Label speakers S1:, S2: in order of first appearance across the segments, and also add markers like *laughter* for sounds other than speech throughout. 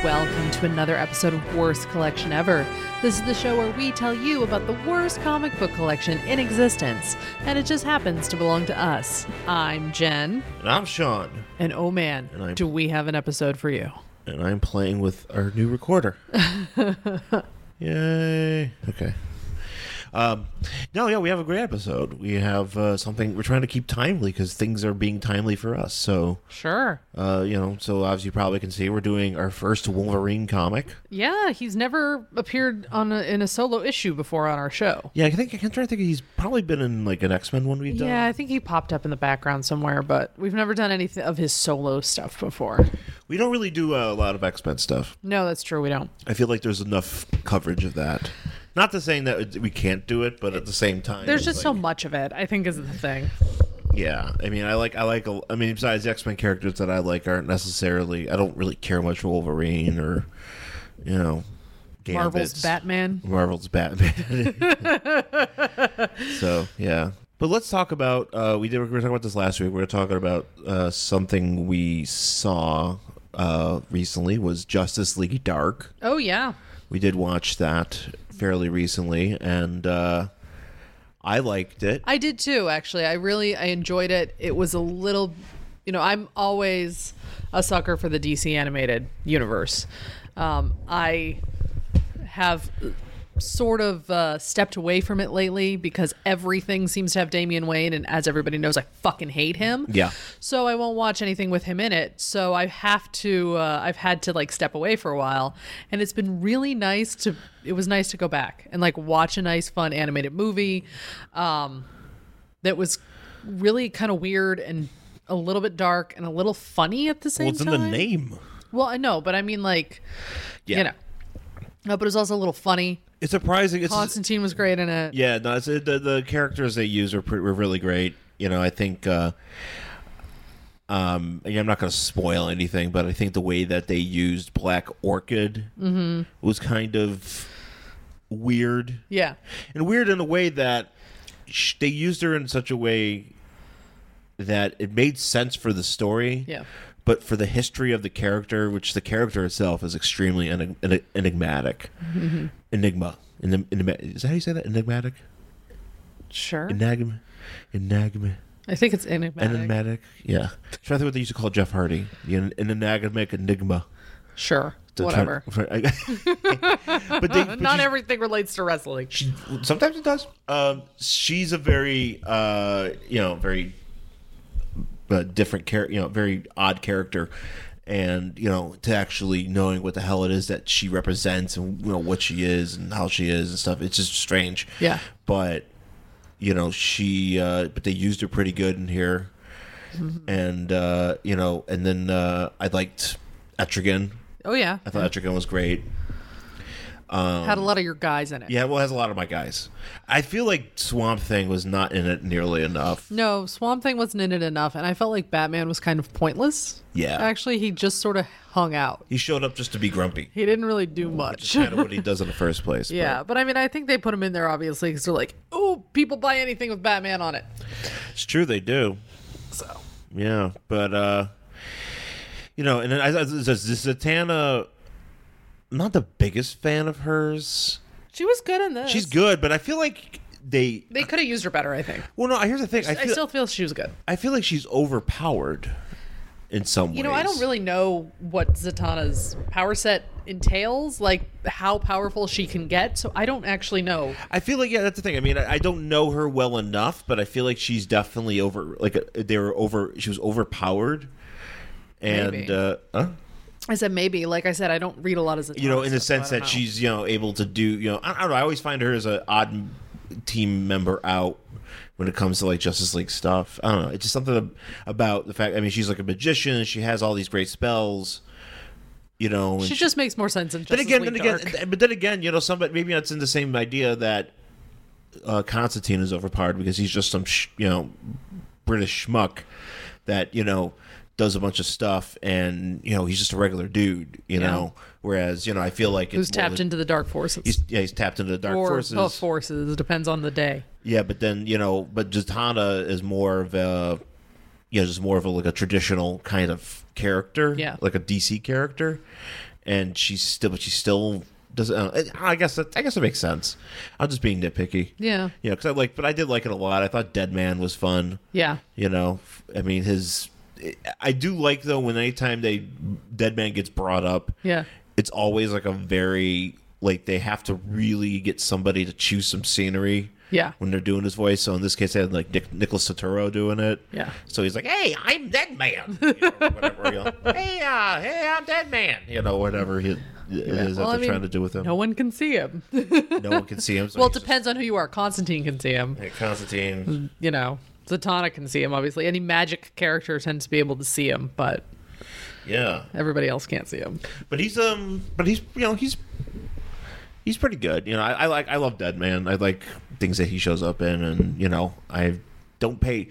S1: to another episode of Worst Collection Ever. This is the show where we tell you about the worst comic book collection in existence, and it just happens to belong to us. I'm Jen,
S2: And I'm Sean,
S1: and oh man,
S2: And I'm-
S1: do we have an episode for you.
S2: and I'm playing with our
S1: *laughs*
S2: new recorder. Yay! Okay. Um, no, yeah, we have a great episode. We have uh, something we're trying to keep timely because things are being timely for us. So,
S1: Sure.
S2: uh, you know, so as you probably can see, we're doing our first Wolverine comic.
S1: Yeah, he's never appeared on a, in a solo issue before on our show.
S2: Yeah, I think I'm trying to think. He's probably been in like an X Men one we've done.
S1: Yeah, I think he popped up in the background somewhere, but we've never done anything of his solo stuff before.
S2: We don't really do uh, a lot of X Men stuff.
S1: No, that's true. We don't.
S2: I feel like there's enough coverage of that. Not to saying that it- we can't do it, but at the same time,
S1: There's
S2: it's
S1: just
S2: like-
S1: so much of it, I think, is the thing.
S2: Yeah, I mean, I like, I like, a- I mean, besides the X Men characters that I like aren't necessarily, I don't really care much for Wolverine or, you know,
S1: Marvel's
S2: Gambit's-
S1: Batman.
S2: Marvel's Batman. *laughs* so yeah, but let's talk about. Uh, we did. We were talking about this last week. We were talking about uh, something we saw uh, recently was Justice League Dark.
S1: Oh, yeah.
S2: We did watch that fairly recently, and uh, I liked it.
S1: I did too, actually. I really I enjoyed it. It was a little, you know, I'm always a sucker for the DC animated universe. Um, I have sort of uh, stepped away from it lately because everything seems to have Damian Wayne, and as everybody knows, I fucking hate him.
S2: Yeah.
S1: So I won't watch anything with him in it. So I have to. Uh, I've had to like step away for a while, and it's been really nice to. It was nice to go back and like watch a nice, fun animated movie, um, that was really kind of weird and a little bit dark and a little funny at the same
S2: well, it's in
S1: time.
S2: the name.
S1: Well, I know, but I mean like,
S2: Yeah.
S1: you know. No, but it was also a little funny.
S2: It's surprising. It's
S1: Constantine was great in it.
S2: yeah, no, it's, the the characters they use are pretty, were really great. You know, I think. Uh, um, yeah, I'm not going to spoil anything, but I think the way that they used Black Orchid was kind of weird,
S1: Yeah.
S2: and weird in a way that sh- they used her in such a way that it made sense for the story.
S1: Yeah.
S2: but for the history of the character, which the character itself is extremely enig- enig- enigmatic,
S1: Mm-hmm.
S2: enigma. Enig- enigma- is that how you say that? Enigmatic,
S1: Sure.
S2: enigma, enigma,
S1: I think it's enigmatic.
S2: enigmatic. Yeah, I'm trying to think what they used to call Jeff Hardy. The en- an enigmatic enigma.
S1: Sure.
S2: To try-
S1: Whatever.
S2: for- I-
S1: *laughs*
S2: but they, but
S1: Not
S2: she's-
S1: everything relates to wrestling.
S2: She sometimes it does. Um, she's a very uh, you know very uh, different character, you know, very odd character, and you know to actually knowing what the hell it is that she represents and you know what she is and how she is and stuff. It's just strange.
S1: Yeah.
S2: but you know she uh, but they used her pretty good in here, and uh, you know and then uh, I liked Etrigan.
S1: Oh yeah.
S2: I thought Etrigan was great.
S1: Had a lot of your guys in it.
S2: Yeah, well, it has a lot of my guys. I feel like Swamp Thing was not in it nearly enough.
S1: No, Swamp Thing wasn't in it enough, and I felt like Batman was kind of pointless.
S2: Yeah.
S1: Actually, he just sort of hung out.
S2: He showed up just to be grumpy.
S1: He didn't really do much.
S2: Kind of what he does in the first place.
S1: *laughs*
S2: but-
S1: yeah, but I mean, I think they put him in there obviously because they're like, oh, people buy anything with Batman on it.
S2: it's true they do.
S1: So
S2: Yeah, but uh, you know, and then I, I, Zatanna, I'm not the biggest fan of hers.
S1: she was good in this.
S2: She's good, but I feel like they.
S1: They could have used her better, I think.
S2: Well, no, here's the thing. I
S1: I
S2: feel, I,
S1: still feel she was good.
S2: feel like she's overpowered in some ways.
S1: You know, I don't really know what Zatanna's power set entails, like how powerful she can get. So I don't actually know.
S2: I feel like yeah, that's the thing. I mean, I, I don't know her well enough, but I feel like she's definitely over. Like uh, they were over. She was overpowered, and
S1: Maybe.
S2: uh, huh?
S1: I said maybe. Like I said, I don't read a lot of Zatanna.
S2: you know, in the
S1: stuff,
S2: sense
S1: so I
S2: that
S1: don't know.
S2: she's you know able to do you know. I, I don't know. I always find her as an odd m- team member out when it comes to like Justice League stuff. I don't know. It's just something ab- about the fact. I mean, she's like a magician. She has all these great spells. You know, and
S1: She just makes more sense in
S2: then
S1: Justice
S2: again,
S1: League
S2: then again,
S1: Dark.
S2: but then again, you know, somebody maybe that's in the same idea that uh, Constantine is overpowered because he's just some sh- you know British schmuck that you know does a bunch of stuff and you know he's just a regular dude, you
S1: Yeah.
S2: know. Whereas you know, I feel like it's
S1: who's
S2: more
S1: tapped oh,
S2: the-
S1: into the dark forces
S2: He's, yeah, he's tapped into the dark
S1: or
S2: forces.
S1: both forces. Depends on the day.
S2: Yeah, but then you know, but Zatanna is more of a, you know, just more of a like a traditional kind of character,
S1: Yeah.
S2: like a DC character, and she's still, but she still doesn't. Uh, I guess that, I guess it makes sense. I'm just being nitpicky.
S1: Yeah.
S2: you know, because I like, but I did like it a lot. I thought Dead Man was fun.
S1: Yeah.
S2: You know, I mean, his. I do like though when anytime they Dead Man gets brought up,
S1: Yeah.
S2: it's always like a very like they have to really get somebody to choose some scenery.
S1: Yeah.
S2: When they're doing his voice, so in this case, they had like Nick, Nicholas Sotero doing it.
S1: Yeah.
S2: So he's like, "Hey, I'm Dead Man." You know, whatever. You
S1: *laughs*
S2: know, hey, uh, hey, I'm Dead Man. You know, whatever he, it is that
S1: Well, I
S2: they're
S1: mean,
S2: trying to do with him.
S1: No
S2: No,
S1: one can see
S2: *laughs*
S1: him.
S2: one can see him.
S1: *laughs*
S2: So
S1: well, it
S2: he's just-
S1: depends on who you are. Constantine can see him.
S2: Hey, Constantine.
S1: You know, Zatanna can see him, obviously. Any magic character tends to be able to see him, but
S2: Yeah.
S1: everybody else can't see him.
S2: But he's um, but he's you know he's he's pretty good. You know, I, I like I love Dead Man. I like things that he shows up in, and you know I don't pay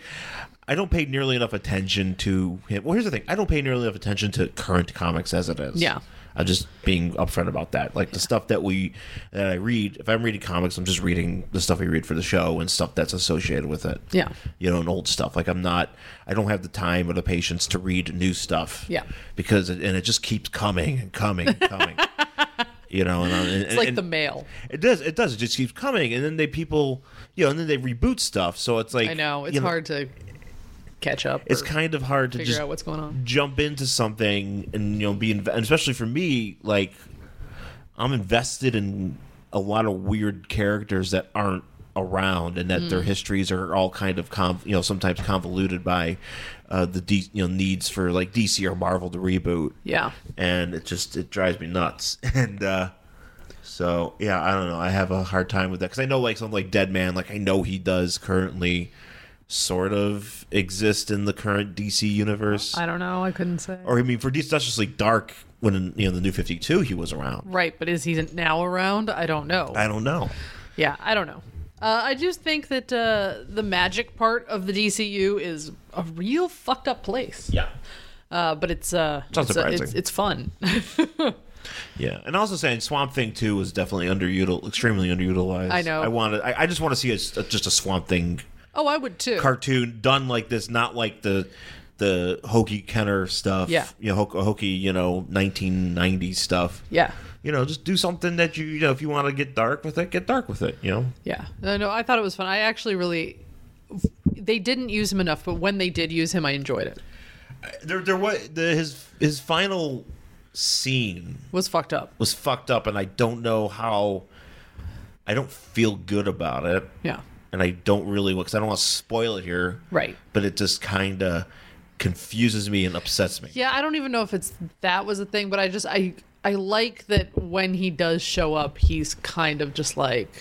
S2: I don't pay nearly enough attention to him. Well, here's the thing: I don't pay nearly enough attention to current comics as it is.
S1: Yeah.
S2: I'm just being upfront about that. Like the stuff that we that I read. If I'm reading comics, I'm just reading the stuff I read for the show and stuff that's associated with it.
S1: Yeah.
S2: You know, and old stuff. Like I'm not. I don't have the time or the patience to read new stuff.
S1: Yeah.
S2: Because it, and it just keeps coming and coming
S1: *laughs*
S2: and coming. you know, and, I- and
S1: It's like
S2: and
S1: the mail.
S2: it does it does it just keeps coming, and then they people you know, and then they reboot stuff. So it's like
S1: I know. It's
S2: you
S1: hard to catch up.
S2: It's
S1: or
S2: kind of hard to
S1: figure
S2: just
S1: out what's going on.
S2: jump into something and you know be inv- and especially for me like i'm invested in a lot of weird characters that aren't around and that their histories are all kind of conv- you know sometimes convoluted by uh, the D- you know needs for like dc or marvel to reboot
S1: Yeah.
S2: and it just it drives me nuts *laughs* and uh so yeah i don't know i have a hard time with that because i know like something like dead man like i know he does currently sort of exist in the current dc universe
S1: I don't know. I couldn't say.
S2: or I mean, for D- Justice League Dark, when you know the New Fifty Two, he was around.
S1: right, but is he now around? I don't know.
S2: I don't know.
S1: Yeah, I don't know. Uh, I just think that uh, the magic part of the DCU is a real fucked up place.
S2: Yeah,
S1: Uh, but it's uh,
S2: not
S1: it's, uh,
S2: surprising.
S1: it's, it's fun. *laughs*
S2: yeah, and also saying Swamp Thing Two was definitely underutil, extremely underutilized.
S1: I know.
S2: I wanted. I, I just want to see a s- a- just a Swamp Thing
S1: oh, I would too.
S2: cartoon done like this, not like the the hokey Kenner stuff.
S1: Yeah.
S2: you know, ho- hokey, you know, nineteen nineties stuff.
S1: yeah,
S2: You know, just do something that you, you know, if you want to get dark with it, get dark with it. You know,
S1: yeah. Uh, No, no, I thought it was fun. I actually really, they didn't use him enough, but when they did use him, I enjoyed it.
S2: there, there was the, his his final scene
S1: Was fucked up.
S2: was fucked up and I don't know how I don't feel good about it
S1: Yeah,
S2: and I don't really because I don't want to spoil it here
S1: right.
S2: but it just kind of confuses me and upsets me
S1: Yeah, I don't even know if it's that was a thing, but I just I I like that when he does show up, he's kind of just like,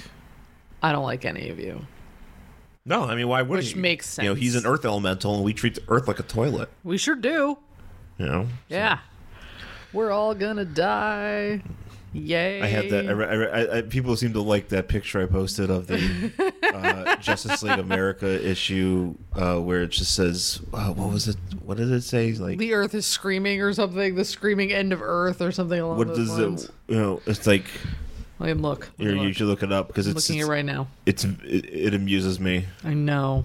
S1: I don't like any of you.
S2: no I mean why would
S1: Which makes
S2: you know he's
S1: sense.
S2: an earth elemental and we treat the earth like a toilet
S1: We sure do.
S2: you know
S1: Yeah. We're all gonna die. Yay.
S2: I had that. I, re- I, re- I, I, people seem to like that picture I posted
S1: *laughs*
S2: of the uh, Justice League America issue, uh, where it just says, uh, "What was it? What did it say?" Like
S1: the earth is screaming or something, the screaming end of earth or something along
S2: what
S1: those
S2: does
S1: lines.
S2: it? You know, it's like
S1: I mean, look.
S2: you're,
S1: look.
S2: you should look it up because
S1: I'm
S2: it's
S1: looking at it
S2: it's-
S1: right now.
S2: it's it, it amuses me.
S1: I know.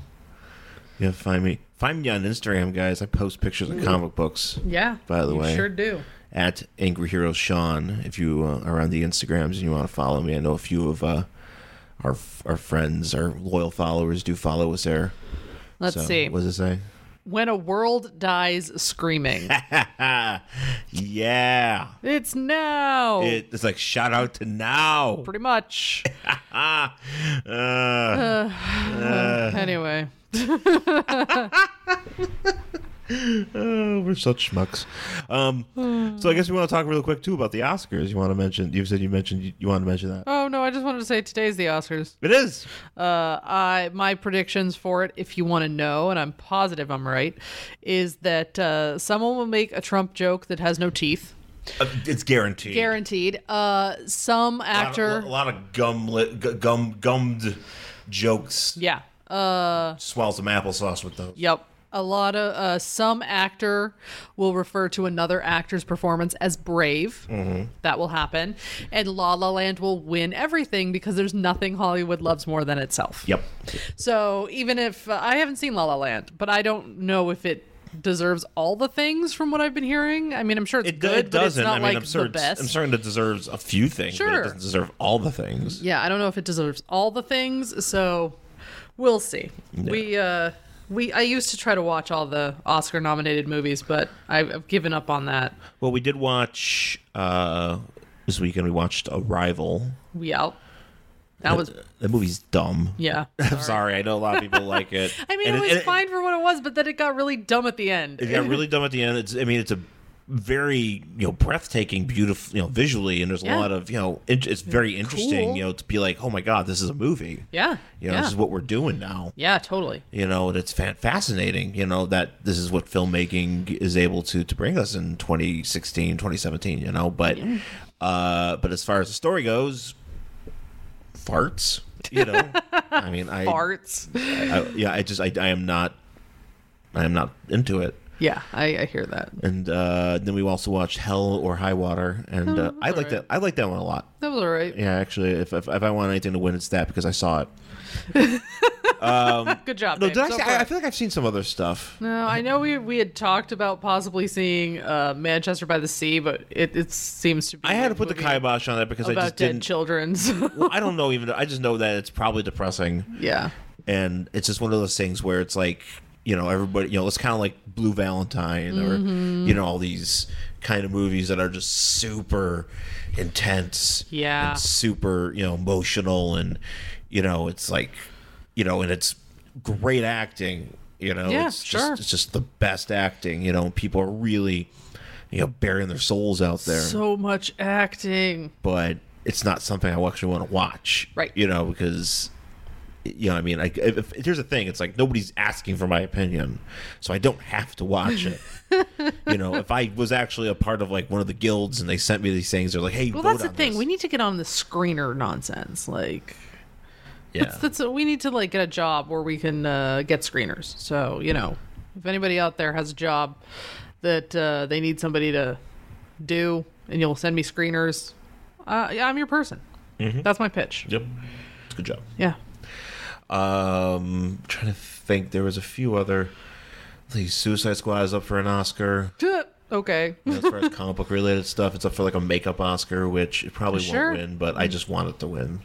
S2: Yeah, find me, find me on Instagram, guys. I post pictures of comic books
S1: Yeah.
S2: By the
S1: you
S2: way-
S1: sure do.
S2: at Angry Hero Sean. If you uh, are on the Instagrams and you want to follow me, I know a few of uh, our our friends, our loyal followers, do follow us there.
S1: Let's
S2: So,
S1: see.
S2: What does it say?
S1: When a world dies
S2: *laughs*
S1: screaming,
S2: yeah,
S1: it's now.
S2: it, it's like shout out to now.
S1: *laughs* Pretty
S2: *laughs*
S1: much.
S2: Ah, uh,
S1: anyway.
S2: oh, we're such schmucks. Um, so I guess we want to talk real quick too about the Oscars. You want to mention? You said you mentioned you, you want to mention that.
S1: Oh no, I just wanted to say today's the Oscars.
S2: It is.
S1: Uh, I my predictions for it, if you want to know, and I'm positive I'm right, is that uh, someone will make a Trump joke that has no teeth,
S2: Uh, It's guaranteed.
S1: guaranteed. Uh, some
S2: A
S1: actor,
S2: lot of, a lot of gum, li- gu- gum, gummed jokes.
S1: yeah, uh,
S2: Swallow some applesauce with those.
S1: yep. A lot of uh, some actor will refer to another actor's performance as brave.
S2: Mm-hmm.
S1: That will happen, and La La Land will win everything because there's nothing Hollywood loves more than itself.
S2: Yep.
S1: So even if uh, I haven't seen La La Land, but I don't know if it deserves all the things from what I've been hearing. I mean, I'm sure it's
S2: It,
S1: good,
S2: it
S1: but it's
S2: doesn't.
S1: not
S2: I mean,
S1: like
S2: I'm certain.
S1: the best.
S2: I'm certain it deserves a few things, but
S1: Sure.
S2: it doesn't deserve all the things.
S1: Yeah, I don't know if it deserves all the things, so we'll see. We uh we I used to try to watch all the Oscar nominated movies, but I've, I've given up on that.
S2: Well, we did watch uh, this weekend. We watched Arrival.
S1: We out. That was
S2: That movie's dumb.
S1: yeah.
S2: *laughs* I'm sorry. I know a lot of people like it.
S1: *laughs* I mean,
S2: And
S1: it was
S2: and
S1: fine for what it was, but then it got really dumb at the end.
S2: It got really dumb at the end. It's, I mean, it's a very you know breathtaking, beautiful you know visually, and there's a
S1: Yeah.
S2: lot of you know it, it's very interesting
S1: Cool.
S2: you know to be like, oh my god, this is a movie.
S1: yeah.
S2: You know,
S1: yeah.
S2: this is what we're doing now.
S1: yeah, totally.
S2: You know, and it's fan- fascinating. You know that this is what filmmaking is able to to bring us in 2016, 2017. You know, but uh, but as far as the story goes, farts.
S1: *laughs*
S2: You know, I mean, I,
S1: Farts. *laughs*
S2: I yeah, I just I, I am not, I am not into it.
S1: Yeah, I, I hear that.
S2: And uh, then we also watched Hell or High Water, and
S1: Oh,
S2: uh, I like
S1: alright.
S2: that. I like that one a lot.
S1: That was all right.
S2: Yeah, actually, if, if, if I want anything to win, it's that because I saw it.
S1: Good job.
S2: No,
S1: babe.
S2: did I,
S1: So
S2: see,
S1: far.
S2: I? I feel like I've seen some other stuff.
S1: No, I know we we had talked about possibly seeing uh, Manchester by the Sea, but it, it seems to be.
S2: I had to
S1: a
S2: put the
S1: movie
S2: kibosh on that because I
S1: about
S2: just
S1: dead
S2: didn't.
S1: children.
S2: *laughs*
S1: so-
S2: Well, I don't know even. I just know that it's probably depressing,
S1: yeah,
S2: and it's just one of those things where it's like you know everybody you know it's kind of like Blue Valentine
S1: Mm-hmm.
S2: or you know all these kind of movies that are just super intense,
S1: Yeah.
S2: and super you know emotional, and you know it's like you know and it's great acting. You know,
S1: Yeah,
S2: it's
S1: sure.
S2: just it's just the best acting. You know, people are really you know burying their souls out there
S1: so much acting.
S2: but it's not something I actually want to watch.
S1: Right.
S2: You know, because you know, I mean, like, if, if, here's the thing: it's like nobody's asking for my opinion, so I don't have to watch
S1: *laughs*
S2: it. you know, if I was actually a part of like one of the guilds and they sent me these things, they're like, "Hey,
S1: Well,
S2: vote
S1: that's the
S2: on
S1: thing.
S2: this.
S1: We need to get on the screener nonsense. Like
S2: yeah,
S1: that's we need to like get a job where we can uh, get screeners. So you know, if anybody out there has a job that uh, they need somebody to do, and you'll send me screeners, uh, yeah, I'm your person.
S2: Mm-hmm.
S1: That's my pitch.
S2: yep, good job.
S1: Yeah.
S2: Um, trying to think, there was a few other. The Suicide Squad is up for an Oscar.
S1: okay.
S2: You know, as far as comic book related stuff, it's up for like a makeup Oscar, which it probably
S1: Sure.
S2: won't win, but I just want it to win.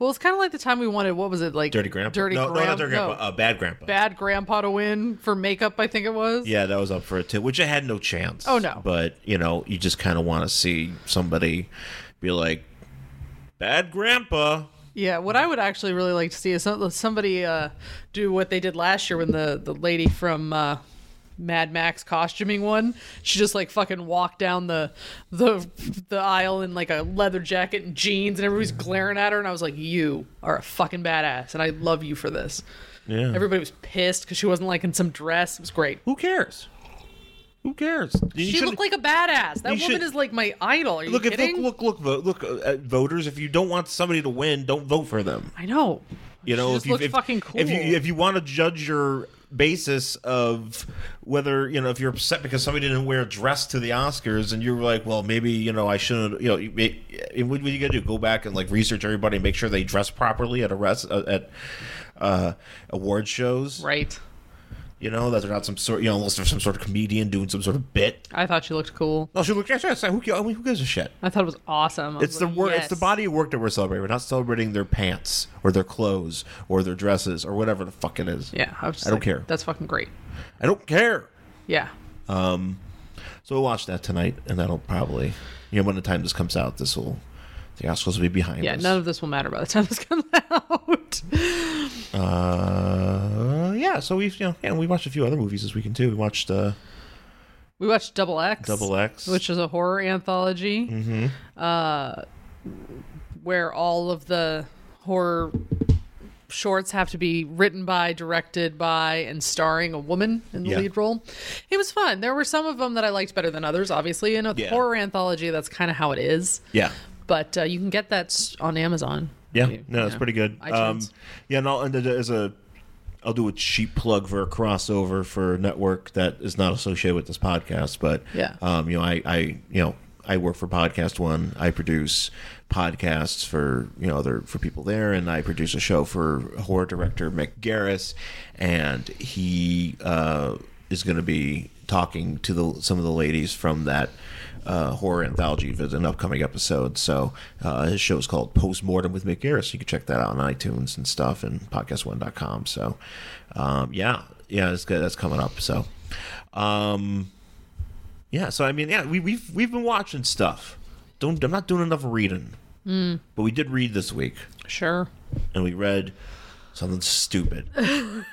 S1: Well, it's kind of like the time we wanted. What was it like?
S2: Dirty Grandpa.
S1: Dirty
S2: no,
S1: Grandpa.
S2: no, not Dirty Grandpa. Uh, Bad Grandpa.
S1: Bad Grandpa to win for makeup. I think it was.
S2: Yeah, that was up for a tip, which I had no chance.
S1: Oh, no.
S2: But you know, you just kind of want to see somebody be like, "Bad Grandpa."
S1: Yeah, what I would actually really like to see is some- somebody uh, do what they did last year when the the lady from uh, Mad Max costuming one, she just like fucking walked down the the the aisle in like a leather jacket and jeans, and everybody's glaring at her, and I was like, "You are a fucking badass, and I love you for this."
S2: Yeah.
S1: Everybody was pissed because she wasn't like in some dress. It was great.
S2: Who cares? Who cares? You
S1: She
S2: shouldn't-
S1: looked like a badass. That woman
S2: you should-
S1: is like my idol. Are you
S2: look at
S1: kidding?
S2: look look look look, look at voters. If you don't want somebody to win, don't vote for them.
S1: I know.
S2: You know,
S1: she
S2: if
S1: just
S2: you
S1: looked
S2: if,
S1: fucking cool.
S2: if you if you want to judge your basis of whether you know if you're upset because somebody didn't wear a dress to the Oscars and you're like, well, maybe you know I shouldn't. You know, you may- eh, what, what you gotta do? Go back and like research everybody, and make sure they dress properly at a rest uh, at uh, award shows.
S1: right.
S2: You know that they're not some sort. You know, unless they're some sort of comedian doing some sort of bit.
S1: I thought she looked cool.
S2: No, she looked. Yes, yes, who, ca- I mean, who gives a shit?
S1: I thought it was awesome. I
S2: It's
S1: was
S2: the
S1: like,
S2: work. It's the
S1: yes.
S2: body of work that we're celebrating. We're not celebrating their pants or their clothes or their dresses or whatever the fuck it is.
S1: Yeah, I, was just
S2: I don't
S1: like,
S2: care.
S1: That's fucking great.
S2: I don't care.
S1: Yeah,
S2: So we'll watch that tonight, and that'll probably, you know, when the time this comes out, this will, the Oscars will be behind
S1: yeah.
S2: us.
S1: None of this will matter by the time this comes *laughs* out.
S2: uh, yeah. So we've, you know, yeah, we watched a few other movies this weekend too. We watched uh,
S1: we watched Double X.
S2: Double X,
S1: which is a horror anthology, mm-hmm. uh, where all of the horror shorts have to be written by, directed by, and starring a woman in the
S2: Yeah.
S1: lead role. It was fun. There were some of them that I liked better than others. Obviously, in a
S2: Yeah.
S1: horror anthology, that's kind of how it is.
S2: yeah,
S1: But uh, you can get that s- on Amazon.
S2: yeah,
S1: You-
S2: no, it's
S1: yeah.
S2: pretty good. Um,
S1: iTunes.
S2: yeah, and I'll end it as a, I'll do a cheap plug for a crossover for a network that is not associated with this podcast, but
S1: Yeah.
S2: um, you know, I, I, you know. I work for Podcast One. I produce podcasts for you know other for people there, and I produce a show for horror director Mick Garris, and he uh, is going to be talking to the some of the ladies from that uh, horror anthology for an upcoming episode. So uh, his show is called Postmortem with Mick Garris. You can check that out on iTunes and stuff and podcast1.com. So um, yeah, yeah, that's good. That's coming up. So um, yeah, so I mean, yeah, we, we've we've been watching stuff. Don't I'm not doing enough reading,
S1: Mm.
S2: but we did read this week
S1: Sure.
S2: and we read something stupid. and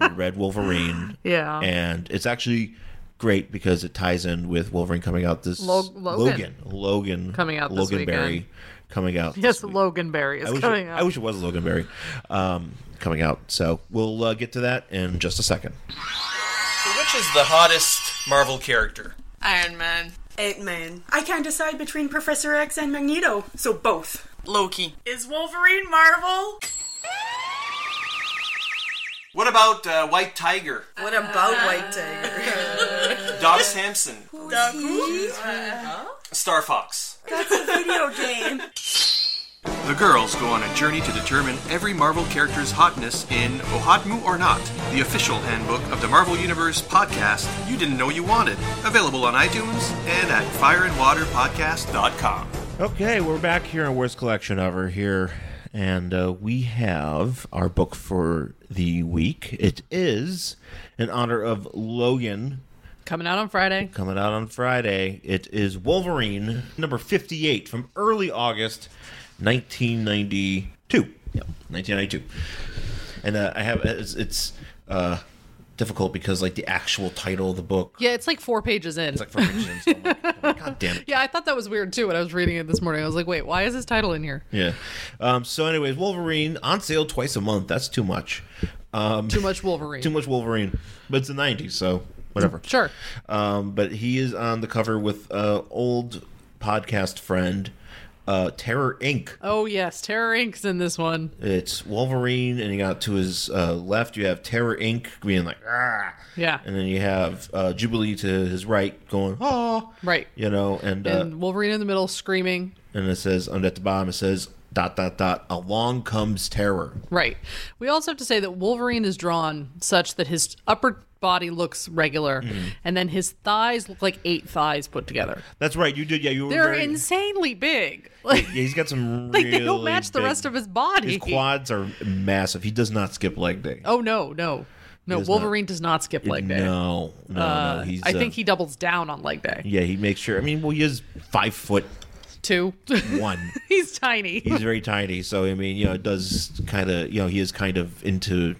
S2: we read Wolverine.
S1: *laughs* Yeah.
S2: And it's actually great because it ties in with Wolverine coming out this
S1: Lo- Logan.
S2: Logan. Logan
S1: Coming out this
S2: Logan
S1: weekend.
S2: Berry coming out. this
S1: Yes,
S2: week.
S1: Loganberry
S2: I
S1: is
S2: wish,
S1: coming
S2: it,
S1: up.
S2: I wish it was Logan Berry um, coming out. So we'll uh, get to that in just a second.
S3: So which is the hottest Marvel character?
S4: Iron Man.
S5: Ant Man.
S6: I can't decide between Professor X and Magneto, so both.
S4: Loki.
S5: Is Wolverine Marvel?
S3: What about uh, White Tiger?
S6: What about White Tiger?
S3: Doc Samson?
S5: Doc who? Uh-huh.
S3: Star Fox?
S6: Video game.
S3: The girls go on a journey to determine every Marvel character's hotness in Ohadmu or Not, the official handbook of the Marvel Universe podcast you didn't know you wanted. Available on iTunes and at fireandwaterpodcast.com.
S2: Okay, we're back here on Worst Collection Ever here, and uh, we have our book for the week. It is in honor of Logan
S1: coming out on Friday.
S2: coming out on Friday. It is Wolverine number 58 from early August 1992. Yep. 1992. And uh, I have it's, it's uh, difficult because like the actual title of the book
S1: Yeah, it's like four pages in.
S2: it's like for Hitchens. So I'm like, I'm like, *laughs* God damn it.
S1: yeah, I thought that was weird too when I was reading it this morning. I was like, wait, why is this title in here?
S2: Yeah. Um, so anyways, Wolverine on sale twice a month. That's too much. Um,
S1: Too much Wolverine.
S2: *laughs* too much Wolverine. But it's the 90s, so whatever.
S1: Sure.
S2: Um, but he is on the cover with uh, old podcast friend uh, Terror Inc.
S1: Oh yes, Terror Inc.'s in this one.
S2: It's Wolverine, and you got to his uh, left, you have Terror Inc. being like, ah.
S1: Yeah.
S2: And then you have uh, Jubilee to his right going, oh.
S1: Right.
S2: You know, and, uh,
S1: And Wolverine in the middle screaming.
S2: and it says, and at the bottom, it says, dot, dot, dot, along comes terror.
S1: Right. We also have to say that Wolverine is drawn such that his upper body looks regular
S2: Mm-hmm.
S1: and then his thighs look like eight thighs put together.
S2: That's right. You did. Yeah, you were.
S1: They're
S2: very-
S1: insanely big. *laughs* Like
S2: Yeah, he's got some.
S1: Like, *laughs* they don't
S2: really
S1: match the
S2: big-
S1: rest of his body.
S2: His quads are massive. He does not skip leg day.
S1: Oh no, no. No,
S2: does not-
S1: Wolverine does not skip leg day.
S2: No, no, no. He's.
S1: I
S2: uh,
S1: think he doubles down on leg day
S2: Yeah, he makes sure. I mean, well, he is five foot
S1: too. *laughs*
S2: one.
S1: He's tiny.
S2: he's very tiny. So I mean, you know, it does kind of. You know, he is kind of into.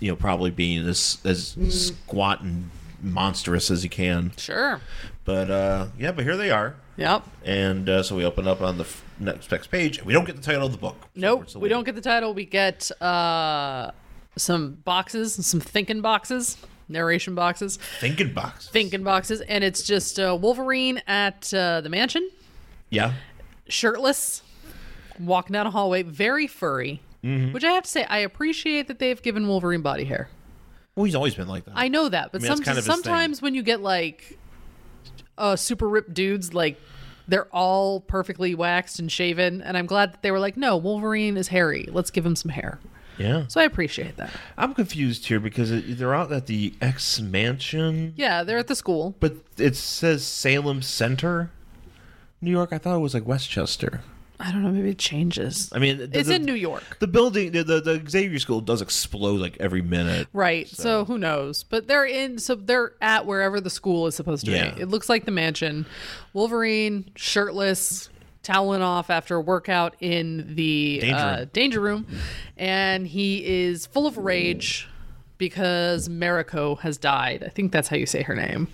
S2: You know, probably being as as squat and monstrous as he can.
S1: sure.
S2: But uh yeah, but here they are.
S1: Yep.
S2: And uh, so we open up on the f- next next page. We don't get the title of the book. So we're
S1: Nope.
S2: still
S1: We
S2: waiting.
S1: don't get the title. We get uh some boxes, some thinking boxes, narration boxes,
S2: thinking box.
S1: thinking boxes, and it's just uh, Wolverine at uh, the mansion,
S2: Yeah.
S1: shirtless, walking down a hallway, very furry. Which I have to say, I appreciate that they've given Wolverine body hair.
S2: Well, he's always been like that.
S1: I know that, but
S2: mean, that's
S1: some,
S2: kind of his
S1: sometimes when you get like uh, super ripped dudes, like they're all perfectly waxed and shaven, and I'm glad that they were like, no, Wolverine is hairy. Let's give him some hair.
S2: Yeah.
S1: So I appreciate that.
S2: I'm confused here because it, they're out at the X Mansion,
S1: Yeah, they're at the school.
S2: but it says Salem Center, New York. I thought it was like Westchester.
S1: I don't know, maybe it changes.
S2: I mean, the,
S1: it's
S2: the-
S1: in New York.
S2: The building, the, the the Xavier School does explode like every minute.
S1: Right. So. who knows? But they're in so they're at wherever the school is supposed to
S2: Yeah.
S1: be. It looks like the mansion. Wolverine, shirtless, toweling off after a workout in the
S2: Danger
S1: uh,
S2: room.
S1: danger room. And he is full of rage because Mariko has died. I think that's how you say her name.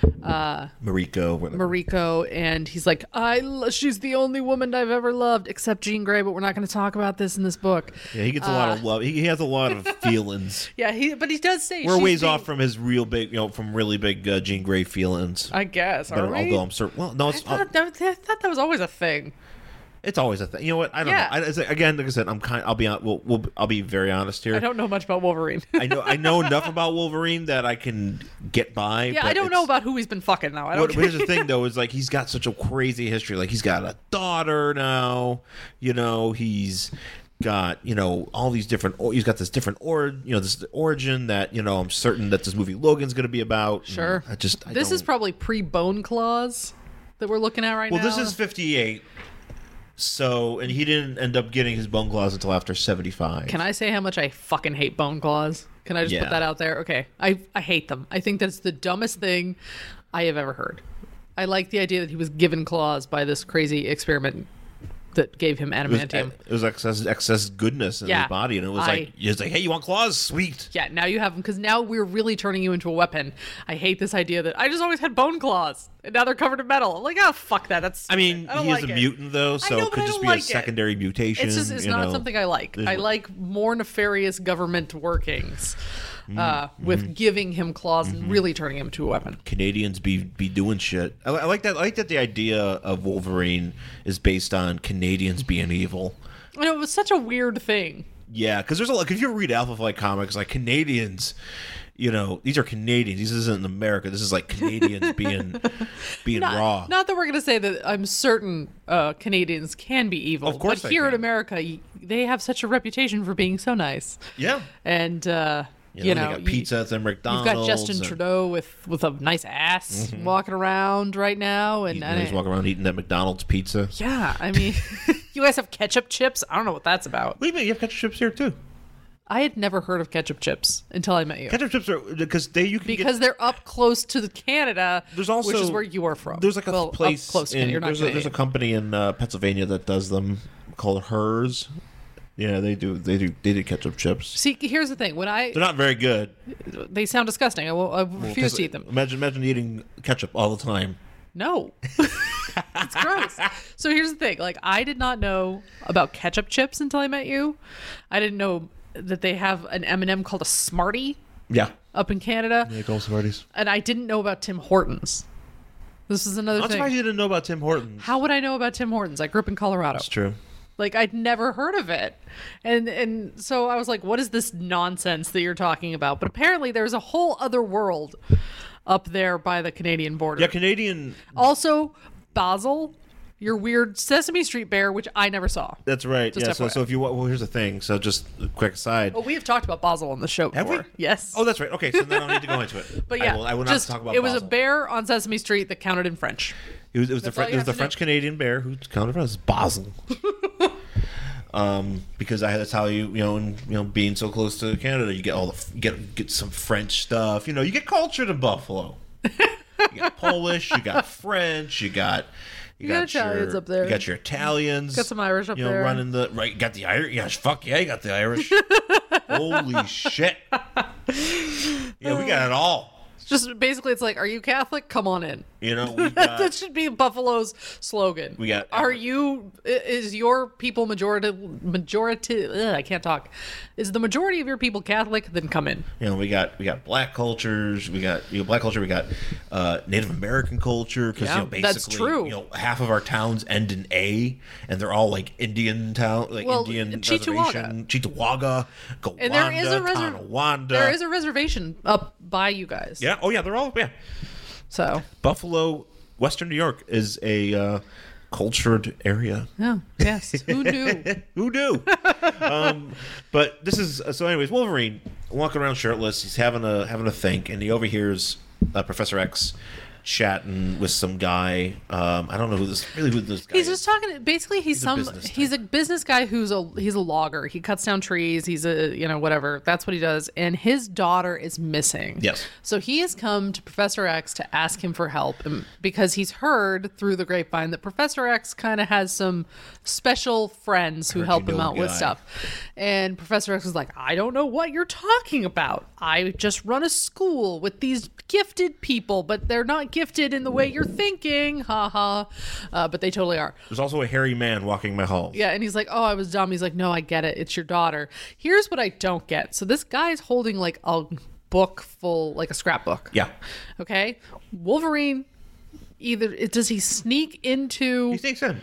S2: Mariko, whatever.
S1: Mariko, and he's like, I lo- she's the only woman I've ever loved except Jean Grey, but we're not going to talk about this in this book.
S2: yeah, he gets a lot of
S1: uh,
S2: love. He, he has a
S1: *laughs*
S2: lot of feelings.
S1: Yeah, he but he does say
S2: We're
S1: she's
S2: ways
S1: the-
S2: off from his real big, you know, from really big uh, Jean Grey feelings.
S1: I guess. Are
S2: But
S1: we?
S2: although I'm certain, well, no,
S1: I
S2: it's, uh,
S1: thought, that, I thought that was always a thing.
S2: it's always a thing. You know what? I don't
S1: Yeah.
S2: know. I, it's like- again, like I said, I'm kind. I'll be. on- We'll, we'll, I'll be very honest here.
S1: I don't know much about Wolverine. *laughs* yeah,
S2: I know I know enough about Wolverine that I can get by. Yeah,
S1: I don't know about who he's been fucking now. I don't.
S2: What, here's the thing, though, is like he's got such a crazy history. Like he's got a daughter now. You know, he's got you know all these different. Or, he's got this different or you know this origin that you know I'm certain that this movie Logan's going to be about.
S1: Sure.
S2: I just I
S1: this is
S2: don't-
S1: probably pre Bone Claws that we're looking at right
S2: well.
S1: now.
S2: This is 58. So and he didn't end up getting his bone claws until after 75.
S1: Can I say how much I fucking hate bone claws? Can I just
S2: Yeah.
S1: put that out there? Okay. I, I hate them. I think that's the dumbest thing I have ever heard. I like the idea that he was given claws by this crazy experiment that gave him
S2: It was, uh,
S1: adamantium.
S2: it was excess, excess goodness in
S1: Yeah.
S2: his body, and it was
S1: I-
S2: like it's like, hey, you want claws? Sweet.
S1: Yeah, now you have them because now we're really turning you into a weapon. I hate this idea that I just always had bone claws and now they're covered in metal. I'm like, oh, fuck that. That's
S2: I mean,
S1: stupid. don't
S2: he
S1: like
S2: is a
S1: it.
S2: mutant though, so
S1: know,
S2: it
S1: but
S2: could
S1: I
S2: just
S1: don't
S2: be a
S1: like it.
S2: secondary mutation.
S1: It's just it's
S2: you
S1: not
S2: know.
S1: something I like.
S2: There's-
S1: I like more nefarious government workings
S2: Mm-hmm.
S1: uh, with giving him claws and really turning him to a weapon.
S2: Canadians be be doing shit. I, li- I like that. I like that the idea of Wolverine is based on Canadians being
S1: Mm-hmm.
S2: evil.
S1: And it was such a weird thing.
S2: Yeah, because there's a lot. If you read Alpha Flight comics, like Canadians, you know, these are Canadians. This isn't America. This is
S1: *laughs*
S2: like Canadians being being
S1: Not,
S2: raw.
S1: not that we're going to say that I'm certain uh, Canadians can be evil.
S2: Of course
S1: but
S2: they
S1: here in
S2: can.
S1: America, y- they have such a reputation for being so nice.
S2: yeah,
S1: And uh,
S2: you
S1: you,
S2: know,
S1: know,
S2: they got
S1: you-
S2: pizza at the
S1: You've
S2: McDonald's.
S1: got Justin
S2: and-
S1: Trudeau with, with a nice ass walking around right now, and,
S2: You know,
S1: and
S2: he's walking around eating that McDonald's pizza.
S1: yeah, I mean, *laughs* you guys have ketchup chips. I don't know what that's about.
S2: Wait a minute, you have ketchup chips here too.
S1: I had never heard of ketchup chips until I met you.
S2: Ketchup chips are because they you can get-
S1: because they're up close to the Canada,
S2: There's also
S1: which is where you are from.
S2: There's like a
S1: well,
S2: place
S1: up close. to
S2: in-
S1: Canada. You're not
S2: there's, a, there's a
S1: Canadian.
S2: company in uh, Pennsylvania that does them called Hers. Yeah, they do. They do. They do ketchup chips.
S1: See, here's the thing. When I
S2: They're not very good.
S1: they sound disgusting. I, will, I refuse to eat them.
S2: Imagine, imagine eating ketchup all the time.
S1: No, *laughs* it's gross. So here's the thing. Like I did not know about ketchup chips until I met you. I didn't know that they have an M&M called a Smartie
S2: Yeah,
S1: up in Canada,
S2: they call Smarties.
S1: and I didn't know about Tim Hortons. This is another
S2: I'm
S1: thing.
S2: surprised you didn't know about Tim Hortons.
S1: How would I know about Tim Hortons? I grew up in Colorado.
S2: That's true.
S1: Like I'd never heard of it. And and so I was like, what is this nonsense that you're talking about? But apparently there's a whole other world up there by the Canadian border.
S2: Yeah, Canadian.
S1: also, Basel, your weird Sesame Street bear, which I never saw.
S2: That's right.
S1: Just
S2: yeah. So,
S1: FYI.
S2: so if you want, well, here's the thing. So just a quick aside.
S1: But we have talked about Basel on the show
S2: Have we?
S1: before. Oh, Yes.
S2: Oh, that's right. Okay, so then I don't need to go into
S1: *laughs*
S2: it.
S1: but yeah,
S2: I will, I will
S1: just,
S2: not talk about.
S1: it was a
S2: Basel.
S1: bear on Sesame Street that counted in French.
S2: It was, it was the
S1: That's all
S2: French,
S1: you
S2: it
S1: have
S2: was the
S1: to know.
S2: French Canadian bear who counted from
S1: *laughs*
S2: us Basel. um, because I that's how you you know and, you know being so close to Canada, you get all the f- you get get some French stuff. You know, you get cultured in Buffalo. you got Polish, you got French, you got. You,
S1: got Italians
S2: your,
S1: up there.
S2: You got your Italians.
S1: Got some Irish up
S2: you know,
S1: there.
S2: running the right. You got the Irish. Yeah, fuck yeah, you got
S1: *laughs*
S2: the Irish. Holy shit! Yeah, we got it all.
S1: Just basically, it's like, are you Catholic? Come on in. *laughs*
S2: You know, we
S1: That,
S2: got
S1: that should be Buffalo's slogan.
S2: We got-
S1: Are you? i- Is your people majority? Majority? Ugh, I can't talk. Is the majority of your people Catholic? Then come in.
S2: you know we got we got black cultures we got you know black culture we got uh, native american culture because you
S1: Yeah,
S2: know basically
S1: that's true.
S2: you know half of our towns end in a and they're all like indian town like
S1: Well,
S2: indian
S1: Cheektowaga.
S2: reservation Cheektowaga, Gowanda,
S1: And there is a reser-
S2: Tonawanda.
S1: There is a reservation up by you guys.
S2: yeah oh yeah they're all yeah
S1: So
S2: buffalo western new york is a uh, cultured area
S1: yeah. Yes. Who
S2: *laughs*
S1: knew?
S2: Who knew? um, *laughs* but this is uh, so. Anyways, Wolverine walking around shirtless. He's having a having a think, and he overhears uh, Professor X chatting with some guy. Um, I don't know who this really who this guy.
S1: He's
S2: is.
S1: just talking. Basically, he's,
S2: He's a
S1: some.
S2: business
S1: he's a business guy who's a he's a logger. He cuts down trees. He's a you know whatever. That's what he does. And his daughter is missing.
S2: Yes.
S1: So he has come to Professor X to ask him for help um, because he's heard through the grapevine that Professor X kind of has some special friends who help him
S2: know
S1: out with
S2: guy.
S1: stuff. And Professor X was like, I don't know what you're talking about. I just run a school with these gifted people, but they're not gifted in the way you're thinking. Ha ha. Uh, but they totally are.
S2: There's also a hairy man walking my hall.
S1: Yeah, and he's like, "Oh, I was dumb." He's like, "No, I get it. It's your daughter." Here's what I don't get. So this guy's holding like a book full, like a scrapbook.
S2: yeah.
S1: Okay. Wolverine, either does he sneak into?
S2: He sneaks in.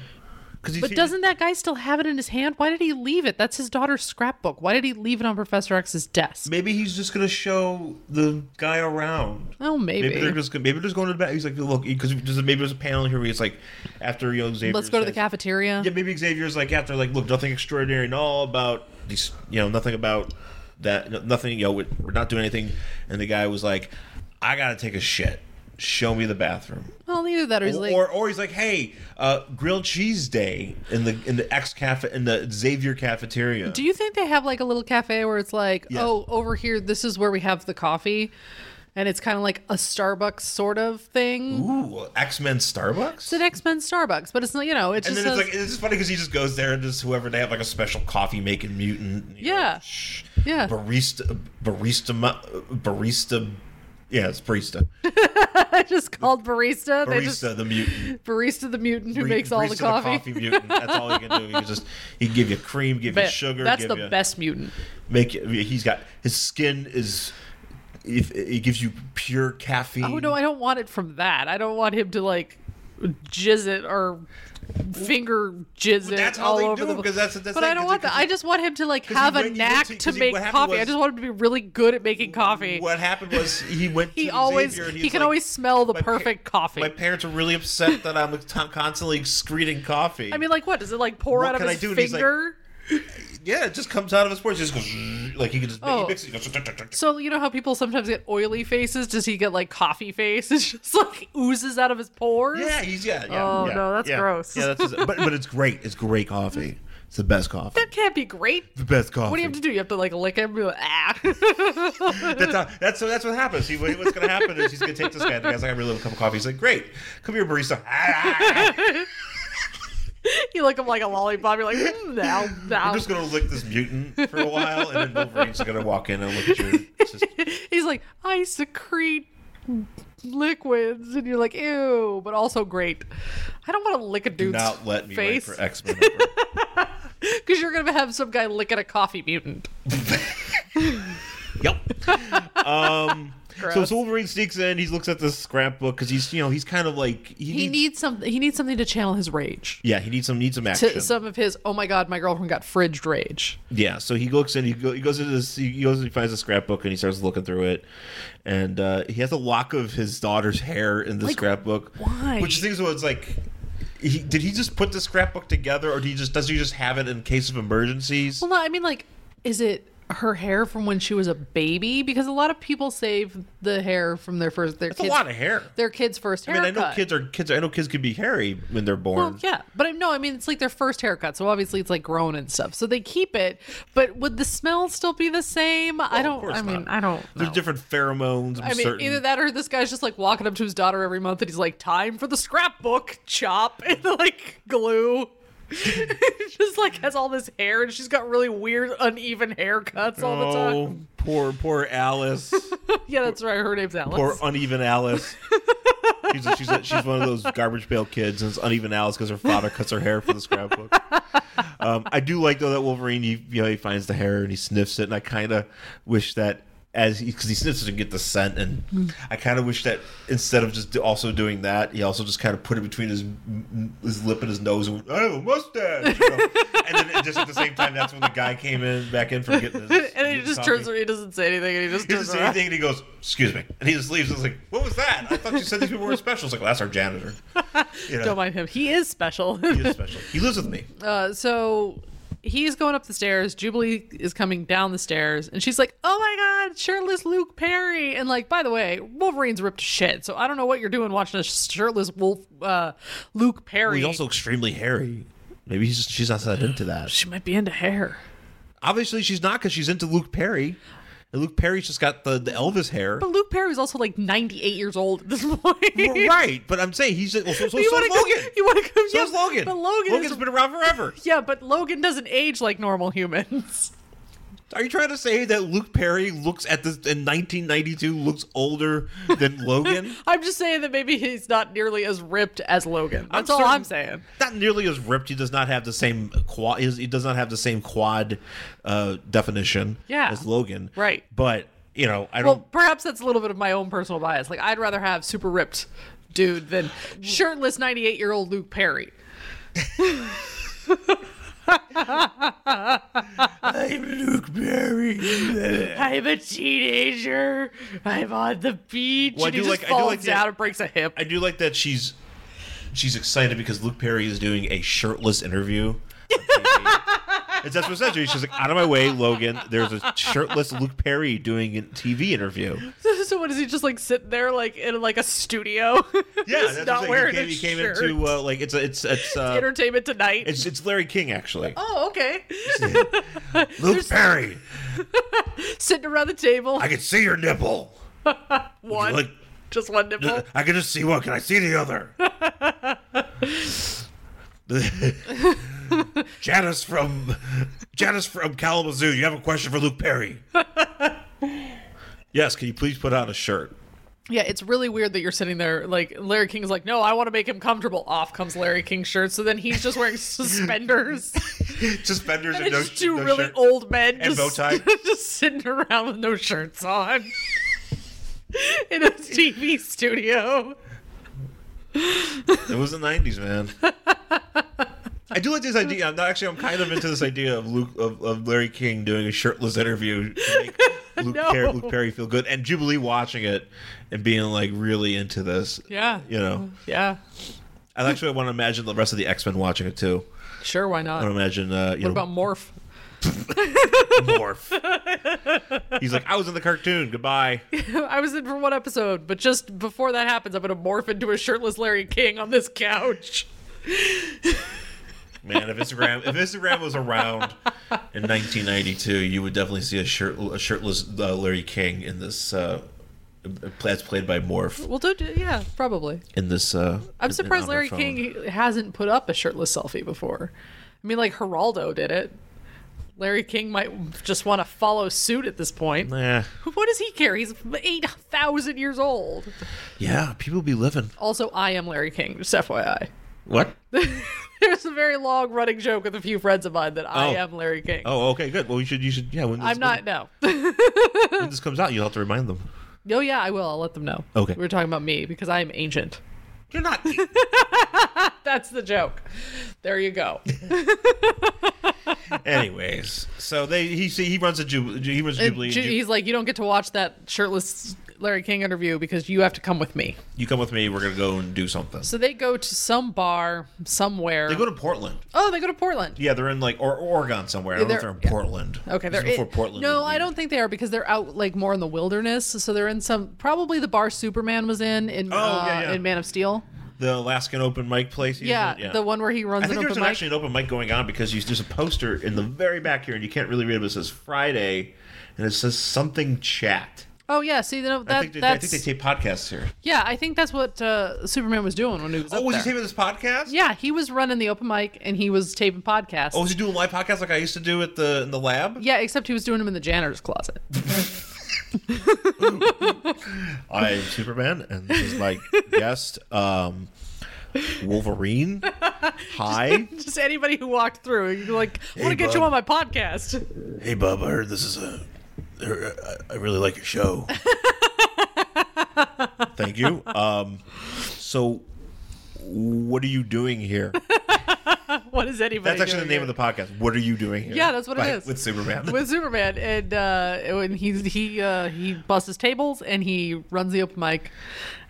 S2: Because
S1: But doesn't that guy still have it in his hand? Why did he leave it? That's his daughter's scrapbook. Why did he leave it on Professor X's desk?
S2: maybe he's just gonna show the guy around.
S1: Oh, maybe.
S2: Maybe they're just gonna, maybe they're just going to the back. He's like, look, because maybe there's a panel here where it's like after you know
S1: *laughs*
S2: Xavier.
S1: Let's go to the
S2: says-
S1: cafeteria.
S2: Yeah, maybe Xavier's like after like, look, nothing extraordinary and all about these, you know, nothing about that, no- nothing. You know, we're, we're not doing anything. And the guy was like, I gotta take a shit. Show me the bathroom.
S1: Well, either that or he's
S2: or,
S1: like,
S2: or, or he's like, "Hey, uh, grilled cheese day in the in the X cafe in the Xavier cafeteria."
S1: do you think they have like a little cafe where it's like,
S2: Yes.
S1: oh, over here, this is where we have the coffee? And it's kind of like a Starbucks sort of thing.
S2: Ooh, X Men Starbucks.
S1: It's an X Men Starbucks, but it's not, you know, it's
S2: and
S1: just
S2: then it's
S1: says-
S2: like it's just funny because he just goes there and just whoever they have like a special coffee making mutant. you know,
S1: Yeah.
S2: shh,
S1: Yeah.
S2: Barista, barista, mu- barista. Yeah, it's barista.
S1: *laughs* I just called barista. They
S2: Barista,
S1: just *laughs*
S2: the mutant.
S1: barista the mutant who
S2: Bar-
S1: makes all
S2: barista
S1: the coffee.
S2: mutant. That's all he can do. He can just he can give you cream, give you
S1: But
S2: sugar.
S1: that's
S2: give
S1: the
S2: you,
S1: best mutant.
S2: make it, he's got his skin is if it gives you pure caffeine
S1: Oh no, I don't want it from that. I don't want him to like jizz it or finger jizz it
S2: that's how
S1: all
S2: they
S1: over
S2: do
S1: the.
S2: it, 'cause that's- that's
S1: but
S2: like-
S1: I don't
S2: 'cause
S1: want
S2: it-
S1: that. I just want him to like
S2: 'cause he
S1: have a
S2: went- he went
S1: knack
S2: to-
S1: to
S2: 'cause he-
S1: make
S2: what happened
S1: coffee. I
S2: was-
S1: just want him to be really good at making coffee.
S2: what happened was he went
S1: He
S2: to
S1: always
S2: Xavier and
S1: he
S2: he's
S1: can
S2: like,
S1: always smell the
S2: "My pa-
S1: perfect coffee.
S2: my parents are really upset that i'm *laughs* t- constantly excreting coffee
S1: I mean, like what does it like pour
S2: What
S1: out of
S2: can I
S1: his
S2: do? And he's like-
S1: finger?
S2: yeah it just comes out of his pores he just goes *laughs* like he can just make,
S1: Oh.
S2: he mixes it, he goes,
S1: So you know how people sometimes get oily faces? Does he get like coffee face? *laughs* It's just like oozes out of his pores.
S2: yeah he's yeah, yeah
S1: Oh,
S2: yeah,
S1: no, that's
S2: yeah.
S1: gross.
S2: yeah that's his, but, but it's great it's great coffee it's the best coffee
S1: That can't be great.
S2: the best coffee
S1: What do you have to do? You have to like lick him. Be like, ah. *laughs*
S2: That's how, that's so that's what happens. He, what's going to happen is he's going to take this guy. The guy's like, I really love a cup of coffee. He's like, great, come here, barista. *laughs*
S1: you lick him like a lollipop. You're like, mm, *laughs* now, now.
S2: I'm just going to lick this mutant for a while, and then Wolverine's going to walk in and look at you. It's just-
S1: He's like, I secrete liquids, and you're like, ew, but also great. I don't want to lick a
S2: do
S1: dude's
S2: not let me
S1: face
S2: wait for X Men. *laughs*
S1: because you're gonna have some guy licking a coffee mutant.
S2: yep. Um, so,
S1: Gross.
S2: so Wolverine sneaks in. He looks at the scrapbook because he's you know he's kind of like he,
S1: He
S2: needs,
S1: needs some. He needs something to channel his rage.
S2: yeah he needs some needs some action.
S1: To some of his, oh my god, my girlfriend got fridged rage.
S2: Yeah, so he looks and he, go, he goes into this. He goes and he finds a scrapbook and he starts looking through it, and uh, he has a lock of his daughter's hair in the scrapbook.
S1: why?
S2: Which things was like, he, did he just put the scrapbook together, or do he just does he just have it in case of emergencies?
S1: Well, no, I mean, like, is it her hair from when she was a baby? Because a lot of people save the hair from their first. Their
S2: It's a lot of hair.
S1: Their kids' first
S2: I mean,
S1: haircut.
S2: I know kids are kids. I know kids can be hairy when they're born.
S1: Well, yeah, but I no, I mean it's like their first haircut, so obviously it's like grown and stuff. So they keep it, but would the smell still be the same? I
S2: Well, Oh, of
S1: don't.
S2: course
S1: I mean,
S2: not.
S1: I don't.
S2: There's
S1: know.
S2: different pheromones. I'm
S1: I mean,
S2: certain.
S1: either that or this guy's just like walking up to his daughter every month, and he's like, "Time for the scrapbook chop," *laughs* and like glue. *laughs* just like has all this hair, and she's got really weird, uneven haircuts all the time.
S2: oh, poor poor Alice.
S1: *laughs* Yeah, that's right. Her name's Alice.
S2: poor uneven Alice. She's, she's, she's one of those garbage pail kids, and it's uneven Alice because her father cuts her hair for the scrapbook. Um, I do like though that Wolverine, he, you know, he finds the hair and he sniffs it, and I kind of wish that as because he, sniffs it and get the scent, and I kind of wish that instead of just do- also doing that, he also just kind of put it between his his lip and his nose. And went, I have a mustache, you know? and then it- just at the same time, that's when the guy came in back in from getting
S1: *laughs* *laughs* and
S2: his
S1: he
S2: getting
S1: just
S2: coffee.
S1: turns. He doesn't say anything, and he just
S2: He
S1: turns
S2: doesn't say
S1: around.
S2: anything, and he goes, "Excuse me," and he just leaves. I was like, "What was that? I thought you said these people were special." It's like, well, "That's
S1: *laughs*
S2: our janitor. You know,
S1: Don't mind him. He is special.
S2: he
S1: *laughs*
S2: is special. He lives with me."
S1: Uh, so he's going up the stairs. Jubilee is coming down the stairs, and she's like, "Oh my God, shirtless Luke Perry!" And like, by the way, Wolverine's ripped to shit. So I don't know what you're doing watching a shirtless Wolf uh, Luke Perry.
S2: he's also extremely hairy. Maybe he's just, she's not that into that.
S1: she might be into hair.
S2: Obviously, she's not because she's into Luke Perry, and Luke Perry's just got the, the Elvis hair.
S1: But Luke Perry's also like 98 years old at this *laughs* point.
S2: We're right, but I'm saying he's well, so,
S1: *laughs*
S2: so,
S1: you
S2: so
S1: want
S2: is
S1: to go?
S2: Logan.
S1: You want to go?
S2: so is Logan.
S1: But Logan
S2: Logan's
S1: is
S2: been around forever.
S1: *laughs* yeah, but Logan doesn't age like normal humans. *laughs*
S2: Are you trying to say that Luke Perry looks at this in 1992 looks older than
S1: *laughs*
S2: Logan?
S1: I'm just saying that maybe he's not nearly as ripped as Logan. That's all
S2: certain-
S1: I'm saying.
S2: Not nearly as ripped. He does not have the same quad. He does not have the same quad uh, definition
S1: Yeah.
S2: as Logan.
S1: Right.
S2: But you know, I
S1: Well,
S2: don't.
S1: perhaps that's a little bit of my own personal bias. Like, I'd rather have super ripped dude than shirtless 98 year old Luke Perry. uh,
S2: I'm Luke Barry.
S1: I'm a teenager. I'm on the beach.
S2: Well, I
S1: and he
S2: do
S1: just
S2: like- I do
S1: falls
S2: like the-
S1: down and breaks a hip.
S2: I do like that she's she's excited because Luke Perry is doing a
S1: *laughs*
S2: shirtless interview. it's that's what it says. She's like, out of my way, Logan. There's a shirtless Luke Perry doing a TV interview.
S1: *laughs* so what is he just like sitting there like in like a studio? *laughs*
S2: Yeah,
S1: Just
S2: that's
S1: not
S2: what
S1: wearing
S2: he came,
S1: a
S2: he came
S1: shirt.
S2: into uh, like it's a, it's it's uh,
S1: Entertainment Tonight.
S2: it's it's Larry King actually.
S1: oh, okay. *laughs*
S2: Luke Perry,
S1: sitting around the table.
S2: I can see your nipple.
S1: one,
S2: like-
S1: just one nipple.
S2: I can just see one. Can I see the other? *laughs* Janice from Janice from Kalamazoo. You have a question for Luke Perry. yes, can you please put on a shirt?
S1: Yeah, it's really weird that you're sitting there. Like Larry King's like, no, I want to make him comfortable. Off comes Larry King's shirt. So then he's just wearing *laughs* suspenders.
S2: Suspenders
S1: and
S2: and, no,
S1: it's two
S2: no
S1: really
S2: shirt.
S1: old men
S2: And
S1: just,
S2: bow tie.
S1: *laughs* just sitting around with no shirts on *laughs* in a TV studio.
S2: It was the '90s,
S1: *laughs*
S2: man. I do like this idea. I'm not, actually, I'm kind of into this idea of Luke of, of Larry King doing a shirtless interview to
S1: *laughs*
S2: make Luke,
S1: No.
S2: Perry, Luke Perry feel good, and Jubilee watching it and being like really into this.
S1: Yeah.
S2: You know,
S1: Yeah.
S2: I actually want to imagine the rest of the X Men watching it too.
S1: Sure, why
S2: I
S1: not?
S2: want to imagine, uh, you
S1: What
S2: know,
S1: about Morph? *laughs*
S2: Morph. He's like, I was in the cartoon. Goodbye.
S1: I was in for one episode, but just before that happens, I'm going to morph into a shirtless Larry King on this couch.
S2: Man, if Instagram if Instagram was around in 1992, you would definitely see a shirt a shirtless uh, Larry King in this. Uh, that's played by Morph
S1: Well, don't, yeah, probably.
S2: in this. Uh,
S1: I'm
S2: in-
S1: surprised
S2: on their
S1: Larry
S2: phone.
S1: King hasn't put up a shirtless selfie before. I mean, like Geraldo did it. Larry King might just want to follow suit at this point.
S2: Nah.
S1: *laughs* What does he care? He's 8,000 years old.
S2: Yeah, people be living.
S1: Also, I am Larry King, just *laughs* FYI.
S2: What?
S1: There's a very long running joke with a few friends of mine that I
S2: Oh.
S1: am Larry King.
S2: Oh, okay, good. Well, you should, you should, yeah. When this,
S1: I'm not, no. *laughs*
S2: When, this comes out, you'll have to remind them.
S1: oh, yeah, I will. I'll let them know.
S2: Okay.
S1: We were talking about me because I am ancient.
S2: You're not.
S1: That's the joke. There you
S2: *laughs*
S1: go.
S2: Anyways, so they he see he runs a jubilee. He runs a
S1: And
S2: jubilee. and
S1: Uh, Ju-
S2: Ju-
S1: he's like, you don't get to watch that shirtless Larry King interview because you have to come with me.
S2: you come with me. We're gonna go and do something.
S1: So they go to some bar somewhere.
S2: They go to Portland.
S1: oh, they go to Portland.
S2: Yeah, they're in like or Oregon somewhere. I don't know if they're
S1: they're-
S2: in
S1: yeah.
S2: Portland.
S1: Okay,
S2: This
S1: they're
S2: is
S1: in-
S2: before Portland.
S1: No,
S2: was
S1: I
S2: big.
S1: don't think they are because they're out like more in the wilderness. So they're in some probably the bar Superman was in in uh,
S2: Oh, yeah, yeah.
S1: in Man of Steel.
S2: The Alaskan open mic place. he was
S1: Yeah,
S2: at?
S1: the one where he runs
S2: I think
S1: an
S2: there's
S1: open
S2: an,
S1: mic.
S2: actually an open mic going on because you, there's a poster in the very back here, and you can't really read it. But it says Friday, and it says something chat.
S1: oh yeah, see you know, that
S2: I think they, I
S1: that's
S2: think they tape podcasts here.
S1: yeah. I think that's what uh, Superman was doing when he was
S2: Oh,
S1: up
S2: was
S1: there.
S2: he taping this podcast?
S1: yeah, he was running the open mic and he was taping podcasts.
S2: Oh, was he doing live podcasts like I used to do at the in the lab?
S1: yeah, except he was doing them in the janitor's closet. *laughs*
S2: I'm Superman, and this
S1: *laughs*
S2: is my guest, um, Wolverine.
S1: *laughs*
S2: Hi.
S1: Just anybody who walked through, you're like, I want to get you
S2: bud.
S1: on my podcast. *laughs*
S2: Hey, Bub, I heard this is a. er, I really like your show. Thank you. Um, so, what are you
S1: *laughs*
S2: doing here?
S1: What is anybody?
S2: That's actually the
S1: doing
S2: name
S1: here?
S2: of the podcast. What are you doing here?
S1: Yeah, that's what it
S2: By-
S1: is.
S2: With Superman.
S1: *laughs* with Superman, and uh, when he he uh, he busts his tables and he runs the open mic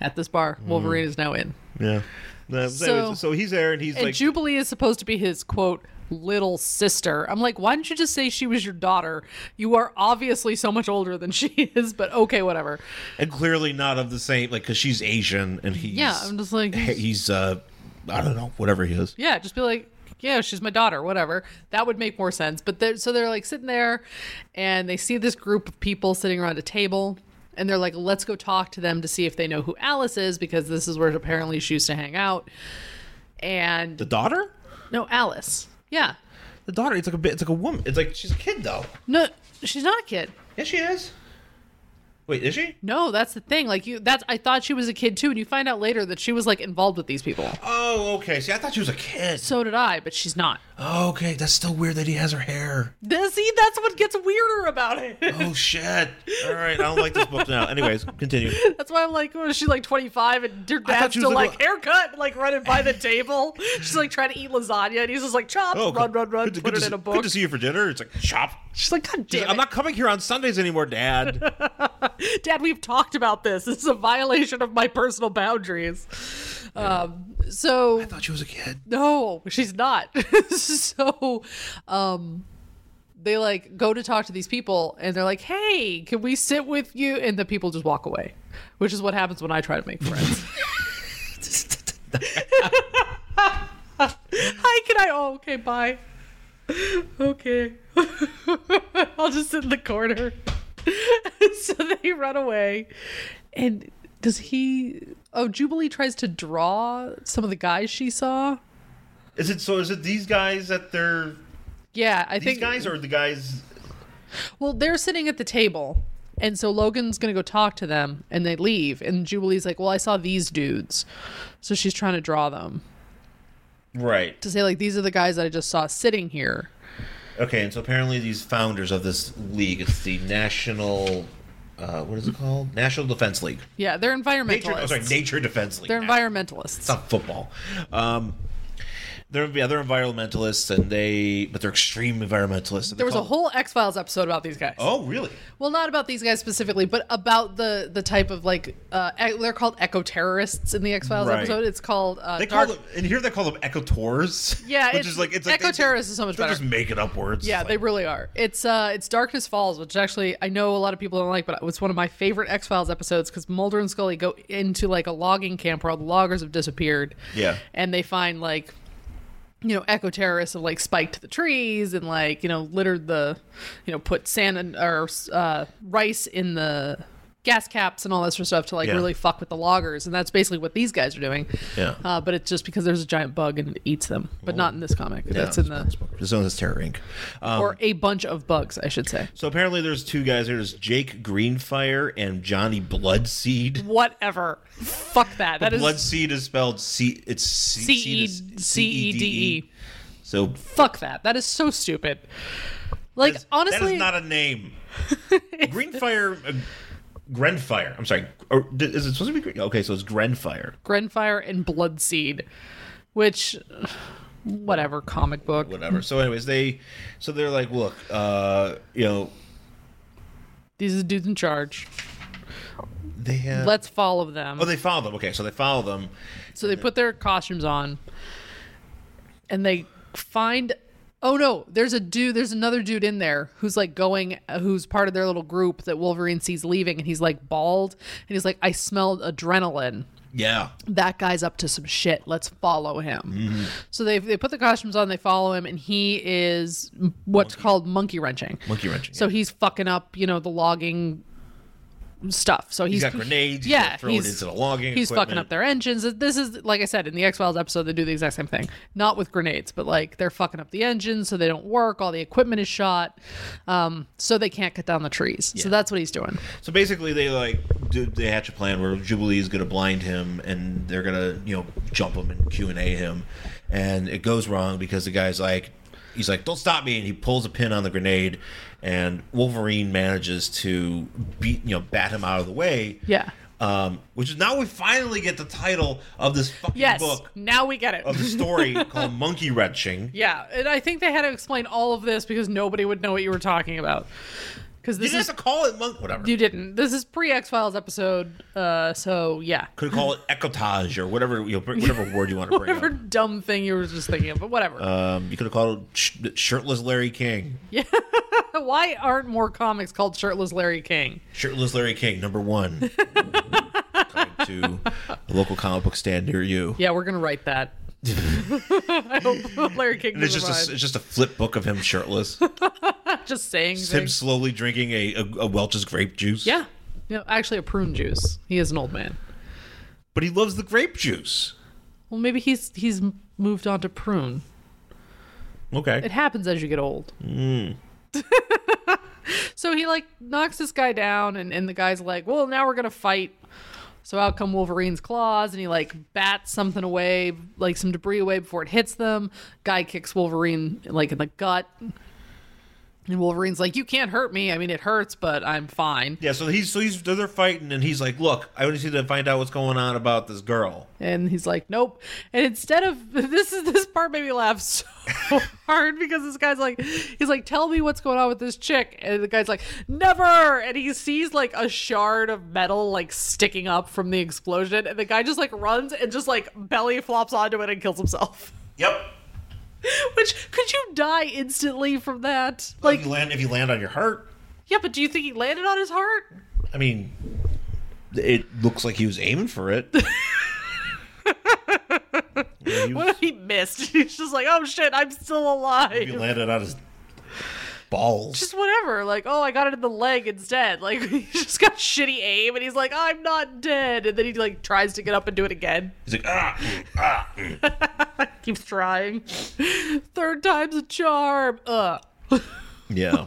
S1: at this bar. Wolverine is now in,
S2: *laughs* yeah. No, So,
S1: So-
S2: so he's there, and he's
S1: and
S2: like,
S1: Jubilee is supposed to be his quote little sister. I'm like, why didn't you just say she was your daughter? You are obviously so much older than she *laughs* is, but okay, whatever.
S2: and clearly not of the same, like, because she's Asian, and he's
S1: Yeah, I'm just like,
S2: he- *laughs* he's uh, I don't know, whatever he is.
S1: yeah, just be like. Yeah, she's my daughter, whatever. That would make more sense. But they're, so they're like sitting there and they see this group of people sitting around a table and they're like, let's go talk to them to see if they know who Alice is because this is where apparently she used to hang out. And
S2: The daughter.
S1: no, Alice. Yeah.
S2: The daughter. It's like a bit. It's like a woman. It's like she's a kid though.
S1: No, she's not a kid.
S2: Yeah, she is. Wait, is she?
S1: No, that's the thing. Like you, that's I thought she was a kid too, and you find out later that she was like involved with these people.
S2: Oh, okay. See, I thought she was a kid.
S1: So did I, but she's not.
S2: Oh, okay, that's still weird that he has her hair.
S1: Th- See, that's what gets weirder about it. *laughs*
S2: Oh shit! All right, I don't like this book now. Anyways,
S1: *laughs*
S2: continue.
S1: That's why I'm like, oh, is she like 25 and her dad's
S2: she was
S1: still
S2: like
S1: like, haircut, like running by the table. She's like trying to eat lasagna and he's just like, chop,
S2: Oh,
S1: run, run, run,
S2: good to-
S1: put
S2: good
S1: it
S2: to
S1: in a
S2: see-
S1: book.
S2: Good to see you for dinner. It's like chop.
S1: She's like, God damn
S2: I'm
S1: it.
S2: not coming here on Sundays anymore,
S1: *laughs*
S2: Dad.
S1: Dad, we've talked about this. This is a violation of my personal boundaries. Um, so,
S2: thought she was a kid.
S1: no, she's not. *laughs* so, um, they like go to talk to these people and they're like, hey, can we sit with you? And the people just walk away, which is what happens when I try to make
S2: *laughs*
S1: friends. *laughs* Hi, can I? Oh, okay, bye. Okay. *laughs* I'll just sit in the corner. *laughs* so they run away. And does he. Oh, Jubilee tries to draw some of the guys she saw.
S2: Is it so? Is it these guys that they're
S1: Yeah, I
S2: these
S1: think.
S2: guys or the guys?
S1: Well, they're sitting at the table. And so Logan's going to go talk to them and they leave. And Jubilee's like, Well, I saw these dudes. So she's trying to draw them
S2: Right.
S1: to say, like, these are the guys that I just saw sitting here.
S2: Okay, and so apparently these founders of this league, it's the National, uh, what is it called? National Defense League.
S1: Yeah, they're environmentalists.
S2: Nature, oh, sorry, Nature Defense League.
S1: they're
S2: National-
S1: environmentalists.
S2: It's not football. Um, they're yeah, they're environmentalists and they but they're extreme environmentalists.
S1: There was a whole X Files episode about these guys.
S2: Oh really?
S1: Well, not about these guys specifically, but about the the type of like uh, e- they're called eco terrorists in the X Files
S2: Right.
S1: episode. It's called uh,
S2: They
S1: Dark-
S2: call them and here they call them ecotours.
S1: Yeah,
S2: *laughs* which
S1: it's-
S2: is like it's like
S1: ecoterrorists is so much
S2: they're
S1: better.
S2: Just making up words.
S1: Yeah,
S2: It's
S1: they
S2: like,
S1: really are. It's uh, it's Darkness Falls, which actually I know a lot of people don't like, but it's one of my favorite X Files episodes because Mulder and Scully go into like a logging camp where all the loggers have disappeared.
S2: Yeah.
S1: and they find like. You know, eco terrorists have like spiked the trees and like you know littered the, you know, put sand and or uh, rice in the gas caps and all that sort of stuff to like
S2: Yeah.
S1: really fuck with the loggers and that's basically what these guys are doing.
S2: Yeah.
S1: Uh, but it's just because there's a giant bug and it eats them, but not in this comic. that's in the
S2: This one is Terror Inc. Um,
S1: or a bunch of bugs, I should say.
S2: so apparently there's two guys. There's Jake Greenfire and Johnny Bloodseed.
S1: Whatever. Fuck that. That is
S2: Bloodseed is spelled C. It's C-
S1: C
S2: C
S1: E
S2: to-
S1: C E D E.
S2: So
S1: Fuck that. That is so stupid. Like
S2: that
S1: honestly,
S2: is not a name.
S1: *laughs*
S2: Greenfire, uh, Grenfire. I'm sorry. Or d- is it supposed to be? Gre- Okay, so it's Grenfire.
S1: Grenfire and Bloodseed, which whatever comic book.
S2: Whatever. So, anyways, they, so they're like, look, uh, you know,
S1: These are the dudes in charge.
S2: they have.
S1: Let's follow them.
S2: oh, they follow them. Okay, so they follow them.
S1: so they put their costumes on, and they find. Oh no! There's a dude. There's another dude in there who's like going, who's part of their little group that Wolverine sees leaving, and he's like bald, and he's like, "I smelled adrenaline."
S2: Yeah.
S1: that guy's up to some shit. Let's follow him. So they they put the costumes on, they follow him, and he is what's called monkey wrenching.
S2: Monkey wrenching.
S1: So he's fucking up, you know, the logging stuff. So he's,
S2: he's got grenades. He's
S1: Yeah,
S2: gonna throw it into the logging.
S1: He's fucking
S2: equipment.
S1: up their engines. This is like I said in the X Files episode, they do the exact same thing. Not with grenades, but like they're fucking up the engines, so they don't work. All the equipment is shot, um, so they can't cut down the trees. So that's what he's doing.
S2: So basically, they like do, they hatch a plan where Jubilee is going to blind him, and they're going to you know jump him and Q and A him, and it goes wrong because the guy's like, he's like, "Don't stop me!" and he pulls a pin on the grenade, and Wolverine manages to beat you know bat him out of the way.
S1: Yeah.
S2: Um, which is now we finally get the title of this fucking
S1: Yes.
S2: book
S1: Now we get it.
S2: of the story called Monkey Wrenching.
S1: *laughs* Yeah, and I think they had to explain all of this because nobody would know what you were talking about. Because
S2: You
S1: this
S2: didn't
S1: is
S2: have to call it monkey. Whatever.
S1: you didn't. This is pre X Files episode, uh, so yeah,
S2: could call it ecotage or whatever you know, whatever word you want to
S1: *laughs*
S2: bring
S1: whatever
S2: up.
S1: dumb thing you were just thinking of, but whatever.
S2: Um, you could have called it sh- shirtless Larry King.
S1: Why aren't more comics called Shirtless Larry King?
S2: Shirtless Larry King,
S1: *laughs*
S2: number one. Coming to a local comic book stand near you.
S1: Yeah, we're gonna write
S2: *laughs*
S1: that. I hope *laughs* Larry King
S2: And it's
S1: doesn't
S2: just a,
S1: mind.
S2: it's just a flip book of him
S1: *laughs*
S2: shirtless.
S1: just saying
S2: It's him
S1: things.
S2: slowly drinking a, a, a Welch's grape juice.
S1: Yeah, no, actually a prune juice. He is an old man.
S2: But he loves the grape juice.
S1: Well, maybe he's he's moved on to prune.
S2: Okay.
S1: It happens as you get old. *laughs* so he like knocks this guy down, and, and the guy's like, "Well, now we're gonna fight So out come Wolverine's claws, and he like bats something away, like some debris away before it hits them. Guy kicks Wolverine like in the gut, and Wolverine's like, "You can't hurt me. I mean, it hurts, but I'm fine."
S2: Yeah, so he's so he's they're fighting, and he's like, "Look, I just need to find out what's going on about this girl."
S1: And he's like, "Nope." And instead of *laughs* this is this part made me laugh so *laughs* hard because this guy's like, he's like, "Tell me what's going on with this chick," and the guy's like, "Never." And he sees like a shard of metal like sticking up from the explosion, and the guy just like runs and just like belly flops onto it and kills himself. *laughs*
S2: Yep.
S1: Which could you die instantly from that? Like,
S2: Like if you land if you land on your heart.
S1: yeah, but do you think he landed on his heart? *laughs*
S2: I mean, it looks like he was aiming for it.
S1: *laughs*
S2: Yeah, he was-
S1: What if he missed? *laughs* He's just like, "Oh shit, I'm still alive."
S2: he landed on his balls.
S1: just whatever. Like, oh, I got it in the leg instead. Like, *laughs* he just got shitty aim, and he's like, I'm not dead. And then he like tries to get up and do it again. *laughs*
S2: He's like, ah, mm, ah. mm."
S1: Keeps trying. *laughs* Third time's a charm. Ugh.
S2: Yeah.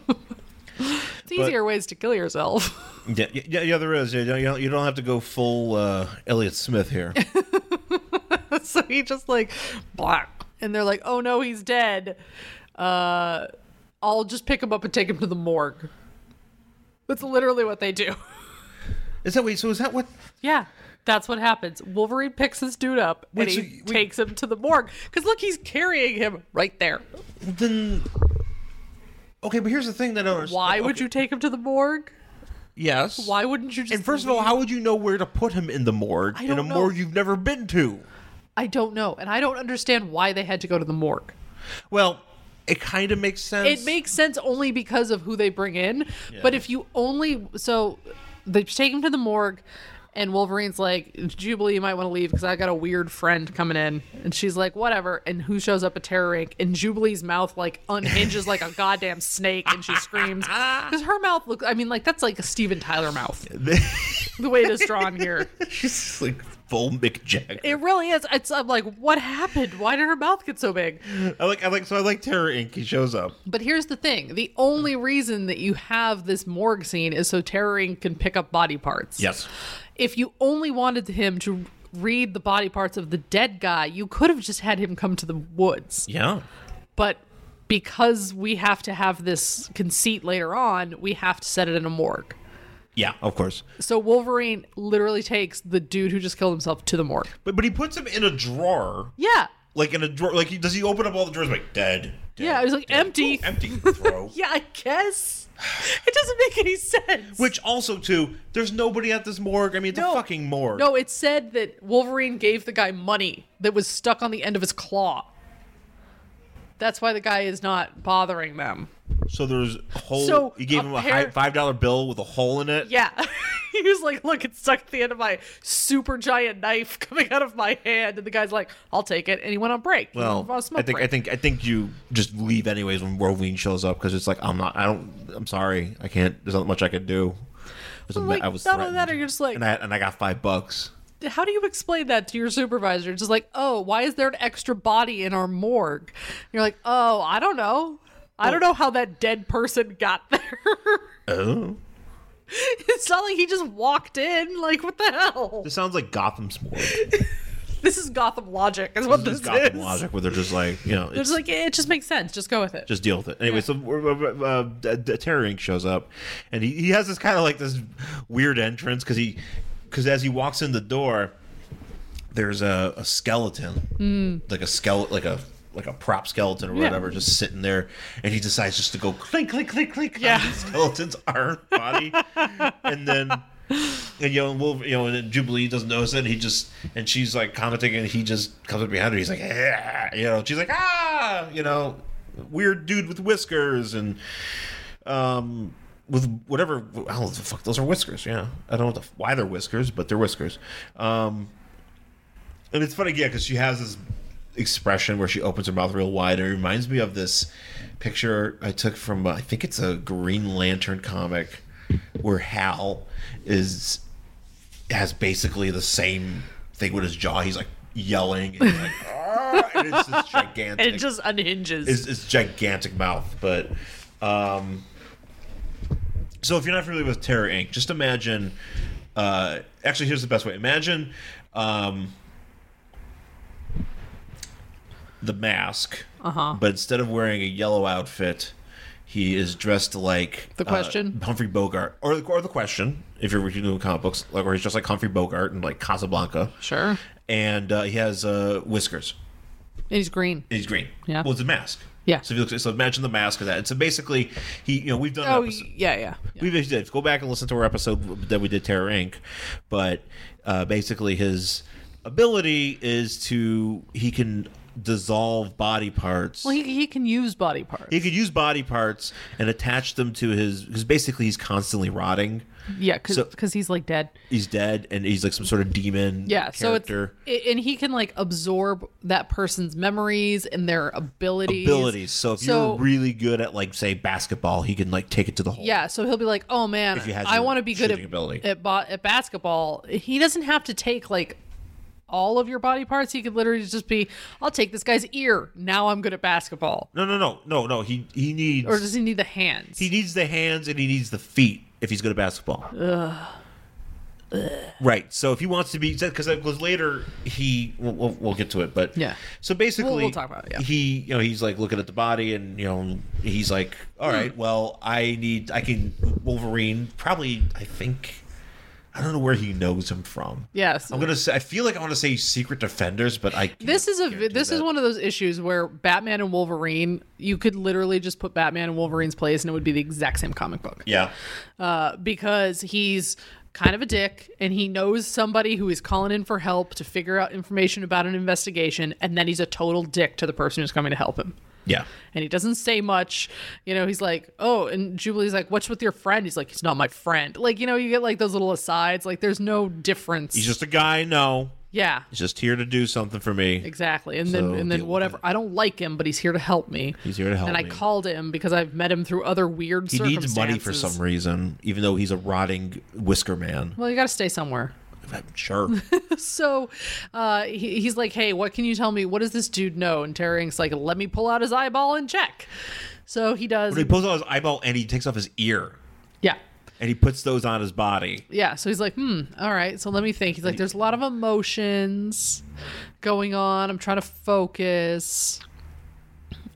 S1: It's easier ways to kill yourself. *laughs*
S2: yeah, yeah, yeah. There is. You don't, you don't- you don't have to go full uh, Elliot Smith
S1: *laughs*
S2: here.
S1: so he just like, black. And they're like, oh no, he's dead. Uh, I'll just pick him up and take him to the morgue. That's literally what they do.
S2: Is that wait? So is that what?
S1: Yeah. That's what happens. Wolverine picks this dude up
S2: Wait,
S1: and
S2: so
S1: he
S2: y- wait-
S1: takes him to the morgue. Because look, he's carrying him right there.
S2: Then. Okay, but here's the thing that I don't understand.
S1: Why would you take him to the morgue?
S2: Yes.
S1: Why wouldn't you just?
S2: And first of all, how would you know where to put him in the morgue?
S1: I
S2: In a
S1: don't know.
S2: morgue you've never been to.
S1: I don't know, and I don't understand why they had to go to the morgue.
S2: Well, it kind of makes sense.
S1: It
S2: *laughs*
S1: makes sense only because of who they bring in, but if you only so they take him to the morgue, and Wolverine's like Jubilee, you might want to leave because I got a weird friend coming in, and she's like whatever, and who shows up a terror rank, and Jubilee's mouth like unhinges like a goddamn snake, and she screams because her mouth looks. I mean, like that's like a Steven Tyler mouth, the way it is drawn here.
S2: She's just like full Mick Jagger.
S1: It really is. It's I'm like, what happened? Why did her mouth get so big?
S2: I like. I like. So I like Terror Inc. He shows up.
S1: But here's the thing: the only reason that you have this morgue scene is so Terror Inc. can pick up body parts.
S2: Yes.
S1: If you only wanted him to read the body parts of the dead guy, you could have just had him come to the woods.
S2: Yeah.
S1: But because we have to have this conceit later on, we have to set it in a morgue.
S2: Yeah. Of course.
S1: So Wolverine literally takes the dude who just killed himself to the morgue.
S2: But but he puts him in a drawer.
S1: Yeah.
S2: Like in a drawer. Like he does. He open up all the drawers like dead. dead
S1: Yeah, it was like,
S2: dead.
S1: empty.
S2: Ooh, empty. *laughs* Throw.
S1: Yeah, I guess. It doesn't make any sense.
S2: Which also too, there's nobody at this morgue. I mean, it's a
S1: No.
S2: fucking morgue.
S1: No, it said that Wolverine gave the guy money that was stuck on the end of his claw. That's why the guy is not bothering them.
S2: So there's a hole.
S1: So,
S2: you gave
S1: a
S2: him a
S1: pair-
S2: high, five dollar bill with a hole in it.
S1: Yeah. *laughs* he was like, look, it's stuck at the end of my super giant knife *laughs* coming out of my hand. And the guy's like, I'll take it. And he went on break. He
S2: Well,
S1: went on a smoke
S2: I think I
S1: break.
S2: think I think you just leave anyways when Wolverine shows up because it's like I'm not I don't I'm sorry I can't there's not much I could do. There's a
S1: Well,
S2: me-
S1: like,
S2: I was
S1: not only that,
S2: threatened.
S1: or you're just like-
S2: and I and I got five bucks.
S1: How do you explain that to your supervisor? It's just like, oh, why is there an extra body in our morgue? And you're like, oh, I don't know. I don't know how that dead person got *laughs* there.
S2: Oh,
S1: it's not like he just walked in. Like, what the hell?
S2: this sounds like Gotham's morgue.
S1: This is Gotham logic, is what *laughs* this,
S2: This is Gotham
S1: is.
S2: logic where they're just like you know
S1: It's
S2: it's,
S1: like it just makes sense. Just go with it.
S2: just deal with it. Anyway, so uh, uh, D- D- Terror Inc. shows up, and he, he has this kind of like this weird entrance because he because as he walks in the door, there's a, a skeleton, like a skeleton, like a like a prop skeleton or
S1: Yeah.
S2: whatever, just sitting there, and he decides just to go clink clink clink clink
S1: Yeah.
S2: on the *laughs* skeleton's arm body, and then. And you know, Wolver, you know, and then Jubilee doesn't notice it. And he just and she's like commenting, and he just comes up behind her. He's like, "Ah," you know, she's like, ah, you know, weird dude with whiskers and um with whatever. I don't know what the fuck those are whiskers. Yeah, I don't know what the, why they're whiskers, but they're whiskers. Um, and it's funny, yeah, because she has this expression where she opens her mouth real wide. It reminds me of this picture I took from uh, I think it's a Green Lantern comic where Hal is has basically the same thing with his jaw. He's like yelling and, he's like, *laughs* "Ah," and it's this gigantic
S1: It just unhinges.
S2: is is gigantic mouth, but um so if you're not familiar with Terror Inc., just imagine Uh, actually, here's the best way. Imagine um, the mask, uh-huh. but instead of wearing a yellow outfit, he is dressed like
S1: The
S2: uh,
S1: Question?
S2: Humphrey Bogart, or the, or the question, if you're doing comic books, like where he's just like Humphrey Bogart and like Casablanca,
S1: Sure. And
S2: and uh, he has uh, whiskers.
S1: he's green.
S2: He's green.
S1: Yeah.
S2: Well, it's a mask.
S1: Yeah.
S2: So if you look, so imagine the mask of that. And so basically, he you know we've done. an
S1: Oh,
S2: episode-
S1: yeah, yeah.
S2: we basically did. Go back and listen to our episode that we did Terror Inc. But uh, basically, his ability is to he can dissolve body parts.
S1: Well, he, he can use body parts.
S2: he could use body parts and attach them to his because basically he's constantly rotting.
S1: yeah, because
S2: so-
S1: he's like dead.
S2: He's dead, and he's like some sort of demon.
S1: Yeah,
S2: character.
S1: so it's, a- and he can like absorb that person's memories and their abilities.
S2: abilities. So if
S1: So-
S2: you're really good at like say basketball, he can like take it to the hole.
S1: Yeah, so he'll be like, "Oh man,
S2: If he has
S1: I
S2: your
S1: want to be good at,
S2: shooting ability.
S1: at bo- at basketball." He doesn't have to take like all of your body parts. He could literally just be, "I'll take this guy's ear. Now I'm good at basketball."
S2: No, no, no, no, no. He he needs
S1: Or does he need the hands?
S2: He needs the hands and he needs the feet if he's good at basketball. Right. So if he wants to be, because because later he we'll, we'll, we'll get to it, but
S1: Yeah.
S2: So basically,
S1: We'll- we'll talk about it, yeah.
S2: He you know he's like looking at the body and you know he's like, all
S1: Hmm.
S2: right, well I need I can Wolverine probably I think. I don't know where he knows him from.
S1: Yes.
S2: I'm gonna say. I feel like I want to say Secret Defenders, but I can't-
S1: this is a
S2: can't do
S1: this is
S2: that.
S1: one of those issues where Batman and Wolverine, you could literally just put Batman in Wolverine's place and it would be the exact same comic book.
S2: Yeah.
S1: uh, because he's kind of a dick and he knows somebody who is calling in for help to figure out information about an investigation and then he's a total dick to the person who's coming to help him
S2: Yeah.
S1: and he doesn't say much you know he's like oh and jubilee's like what's with your friend he's like he's not my friend like you know you get like those little asides like there's no difference
S2: He's just a guy. No.
S1: yeah
S2: He's just here to do something for me.
S1: Exactly. And
S2: So
S1: then and then
S2: deal with
S1: whatever. I don't like him, but he's here to help me.
S2: He's here to help
S1: And I
S2: me.
S1: called him because I've met him through other weird
S2: He
S1: circumstances.
S2: needs money for some reason, even though he's a rotting whisker man.
S1: Well, you got to stay somewhere.
S2: I'm
S1: *laughs*
S2: sure.
S1: So uh, he, he's like, hey, what can you tell me? What does this dude know? And Terry Ink's like, let me pull out his eyeball and check. So he does.
S2: but he pulls out his eyeball and he takes off his ear
S1: yeah.
S2: and he puts those on his body.
S1: Yeah. So he's like, hmm, all right. So let me think. He's like, there's a lot of emotions going on. I'm trying to focus.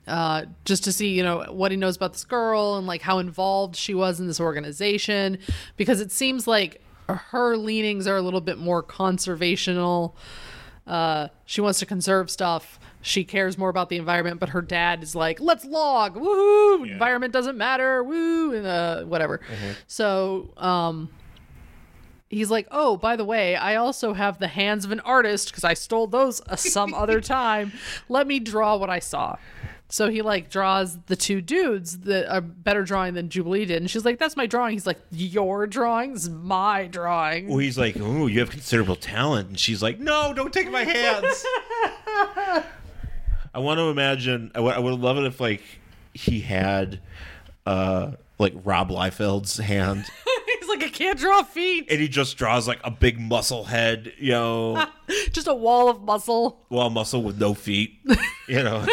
S1: Uh, just to see, you know, what he knows about this girl and like how involved she was in this organization, because it seems like her leanings are a little bit more conservational. Uh, she wants to conserve stuff. She cares more about the environment, but her dad is like, "Let's log, woohoo! Environment doesn't matter, woo, and uh, whatever." So, um, he's like, "Oh, by the way, I also have the hands of an artist because I stole those uh, some other time. Let me draw what I saw." So he like draws the two dudes that are better drawing than Jubilee did, and she's like, "That's my drawing." He's like, "Your drawing This is my drawing."
S2: Well, he's like, "Oh, you have considerable talent," and she's like, "No, don't take
S1: *laughs*
S2: my hands." I want to imagine. I would, I would love it if like he had, uh, like Rob Liefeld's hand,
S1: *laughs* he's like, "I can't draw feet."
S2: and he just draws like a big muscle head, you know,
S1: just a wall of muscle.
S2: well, muscle with no feet,
S1: *laughs*
S2: you know,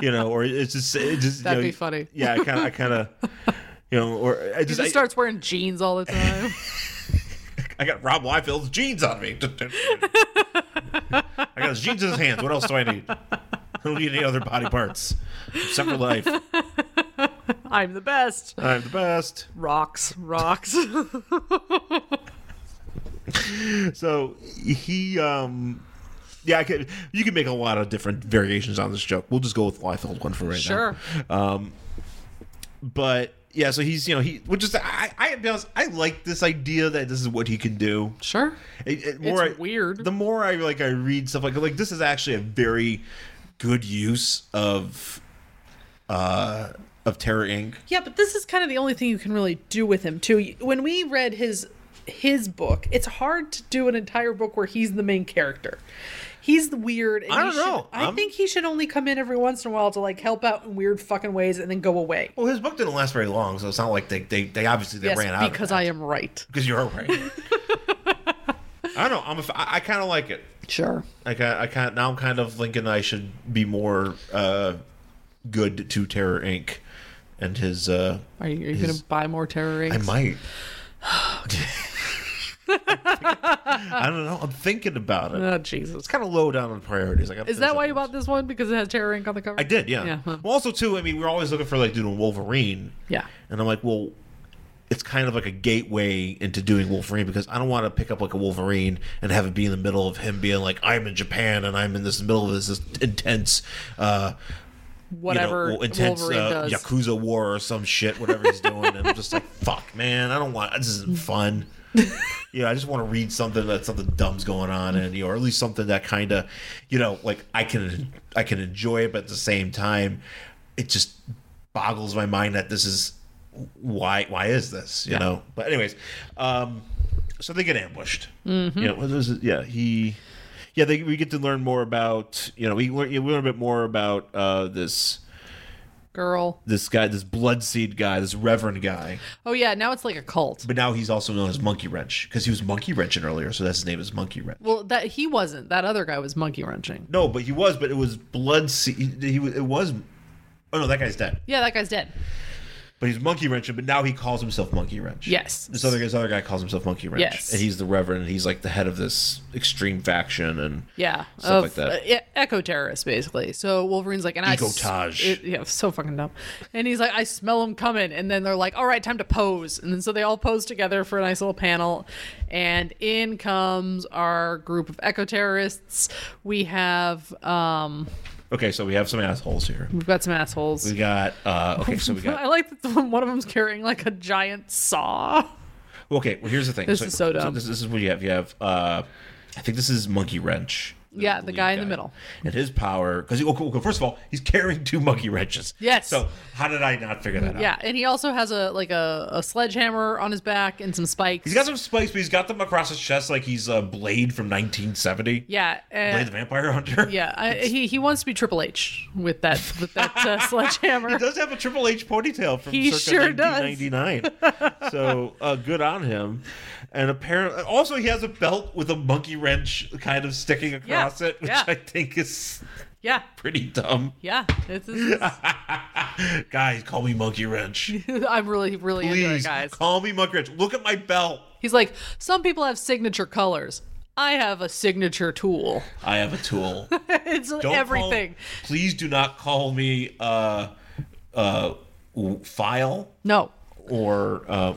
S2: you know, or it's just, it just you
S1: That'd
S2: know,
S1: be funny.
S2: Yeah, I kind of, I kind of, you know, or I
S1: He
S2: just,
S1: just
S2: I,
S1: starts wearing jeans all the
S2: *laughs*
S1: time. *laughs*
S2: I got Rob Liefeld's jeans on me. I got his jeans in his hands. What else do I need? I don't need any other body parts except for life.
S1: I'm the best.
S2: I'm the best.
S1: Rocks, rocks. *laughs*
S2: So he, um, yeah, I could. You can make a lot of different variations on this joke. We'll just go with Liefeld one for right now. Um,
S1: sure.
S2: but yeah, so he's you know he which is I I to be honest, I like this idea that this is what he can do.
S1: Sure.
S2: It- it- more
S1: It's
S2: I-
S1: weird.
S2: The more I like I read stuff like like this is actually a very good use of uh of Terror Inc.
S1: Yeah, but this is kind of the only thing you can really do with him too. When we read his his book, it's hard to do an entire book where he's the main character. He's the weird. And
S2: I
S1: he
S2: don't
S1: should-
S2: know.
S1: I
S2: I'm-
S1: think he should only come in every once in a while to like help out in weird fucking ways and then go away.
S2: Well, his book didn't last very long, so it's not like they they, they obviously they
S1: yes,
S2: ran out
S1: because
S2: of
S1: I am right.
S2: because you're right. I don't know. I'm a f- I, I kind of like it.
S1: Sure.
S2: I kind I kind now I'm kind of thinking I should be more uh good to Terror Inc. and his uh
S1: Are you, are you *laughs*
S2: His-
S1: going to buy more terror
S2: I
S1: rings?
S2: might. I don't know. I'm thinking about it.
S1: Oh Jesus!
S2: It's kind of low down on priorities. I got.
S1: Is that why you bought this one because it has Terror Inc on the cover?
S2: I did, yeah.
S1: Yeah, huh.
S2: Well, also too. I mean, we were always looking for like doing Wolverine.
S1: Yeah.
S2: And I'm like, well, it's kind of like a gateway into doing Wolverine because I don't want to pick up like a Wolverine and have it be in the middle of him being like, I'm in Japan and I'm in this middle of this, this intense, uh, you know,
S1: Whatever
S2: well, intense
S1: Wolverine
S2: uh,
S1: does.
S2: Yakuza war or some shit, whatever he's doing. and I'm just like, fuck, man, I don't want this
S1: *laughs*
S2: isn't fun. you know, I just want to read something that something dumb's going on, and you know, or at least something that kind of, you know, like I can I can enjoy it, but at the same time, it just boggles my mind that this is why why is this you know. But anyways, um, so they get ambushed. You know, what was it? yeah, he. Yeah, they, we get to learn more about you know we learn, we learn a bit more about uh, this
S1: Girl.
S2: this guy, this blood seed guy, this reverend guy.
S1: Oh yeah, now it's like a cult.
S2: But now he's also known as Monkey Wrench because he was monkey wrenching earlier, so that's his name is Monkey Wrench.
S1: Well, that he wasn't. That other guy was monkey wrenching.
S2: No, but he was, but it was blood seed. He, he was- it was. Oh no, that guy's dead.
S1: Yeah, that guy's dead.
S2: But he's monkey wrenching. But now he calls himself Monkey Wrench.
S1: Yes.
S2: This other this other guy calls himself Monkey Wrench.
S1: Yes.
S2: And he's the reverend. And he's like the head of this extreme faction and
S1: Yeah,
S2: stuff like that.
S1: uh, yeah, eco terrorists basically. So Wolverine's like, and I, s-
S2: Ecotage.
S1: it- yeah, so fucking dumb. And he's like, I smell them coming. And then they're like, all right, time to pose. And then so they all pose together for a nice little panel. And in comes our group of eco terrorists. We have, um,
S2: okay, so we have some assholes here.
S1: we've got some assholes.
S2: We got uh okay, so
S1: *laughs*
S2: we
S1: I
S2: got
S1: like that the- one of them's carrying like a giant saw.
S2: okay. Well, here's the thing.
S1: This is so dumb.
S2: this, this is what you have. You have uh, I think this is Monkey Wrench.
S1: Yeah, the
S2: lead
S1: guy in the middle.
S2: And his power, because okay, okay, first of all, he's carrying two monkey wrenches.
S1: Yes.
S2: So how did I not figure that out?
S1: Yeah, and he also has a like a, a sledgehammer on his back and some spikes.
S2: He's got some spikes, but he's got them across his chest like he's uh, Blade from 1970.
S1: yeah, and-
S2: Blade the Vampire Hunter.
S1: Yeah, I, he he wants to be Triple H with that with that
S2: *laughs*
S1: uh, sledgehammer.
S2: He does have a Triple H ponytail from
S1: He
S2: circa
S1: sure does. *laughs*
S2: 1999. so uh, good on him. And apparently, also he has a belt with a monkey wrench kind of sticking across it, which
S1: yeah.
S2: I think is
S1: Yeah,
S2: pretty dumb.
S1: yeah. It's, it's-
S2: Guys, call me monkey wrench.
S1: *laughs* I'm really really into it,
S2: Please
S1: guys.
S2: call me monkey wrench. Look at my belt.
S1: He's like, some people have signature colors. I have a signature tool. *laughs*
S2: I have a tool.
S1: It's
S2: Don't call-
S1: everything.
S2: please do not call me uh, uh, w- file
S1: No,
S2: or uh,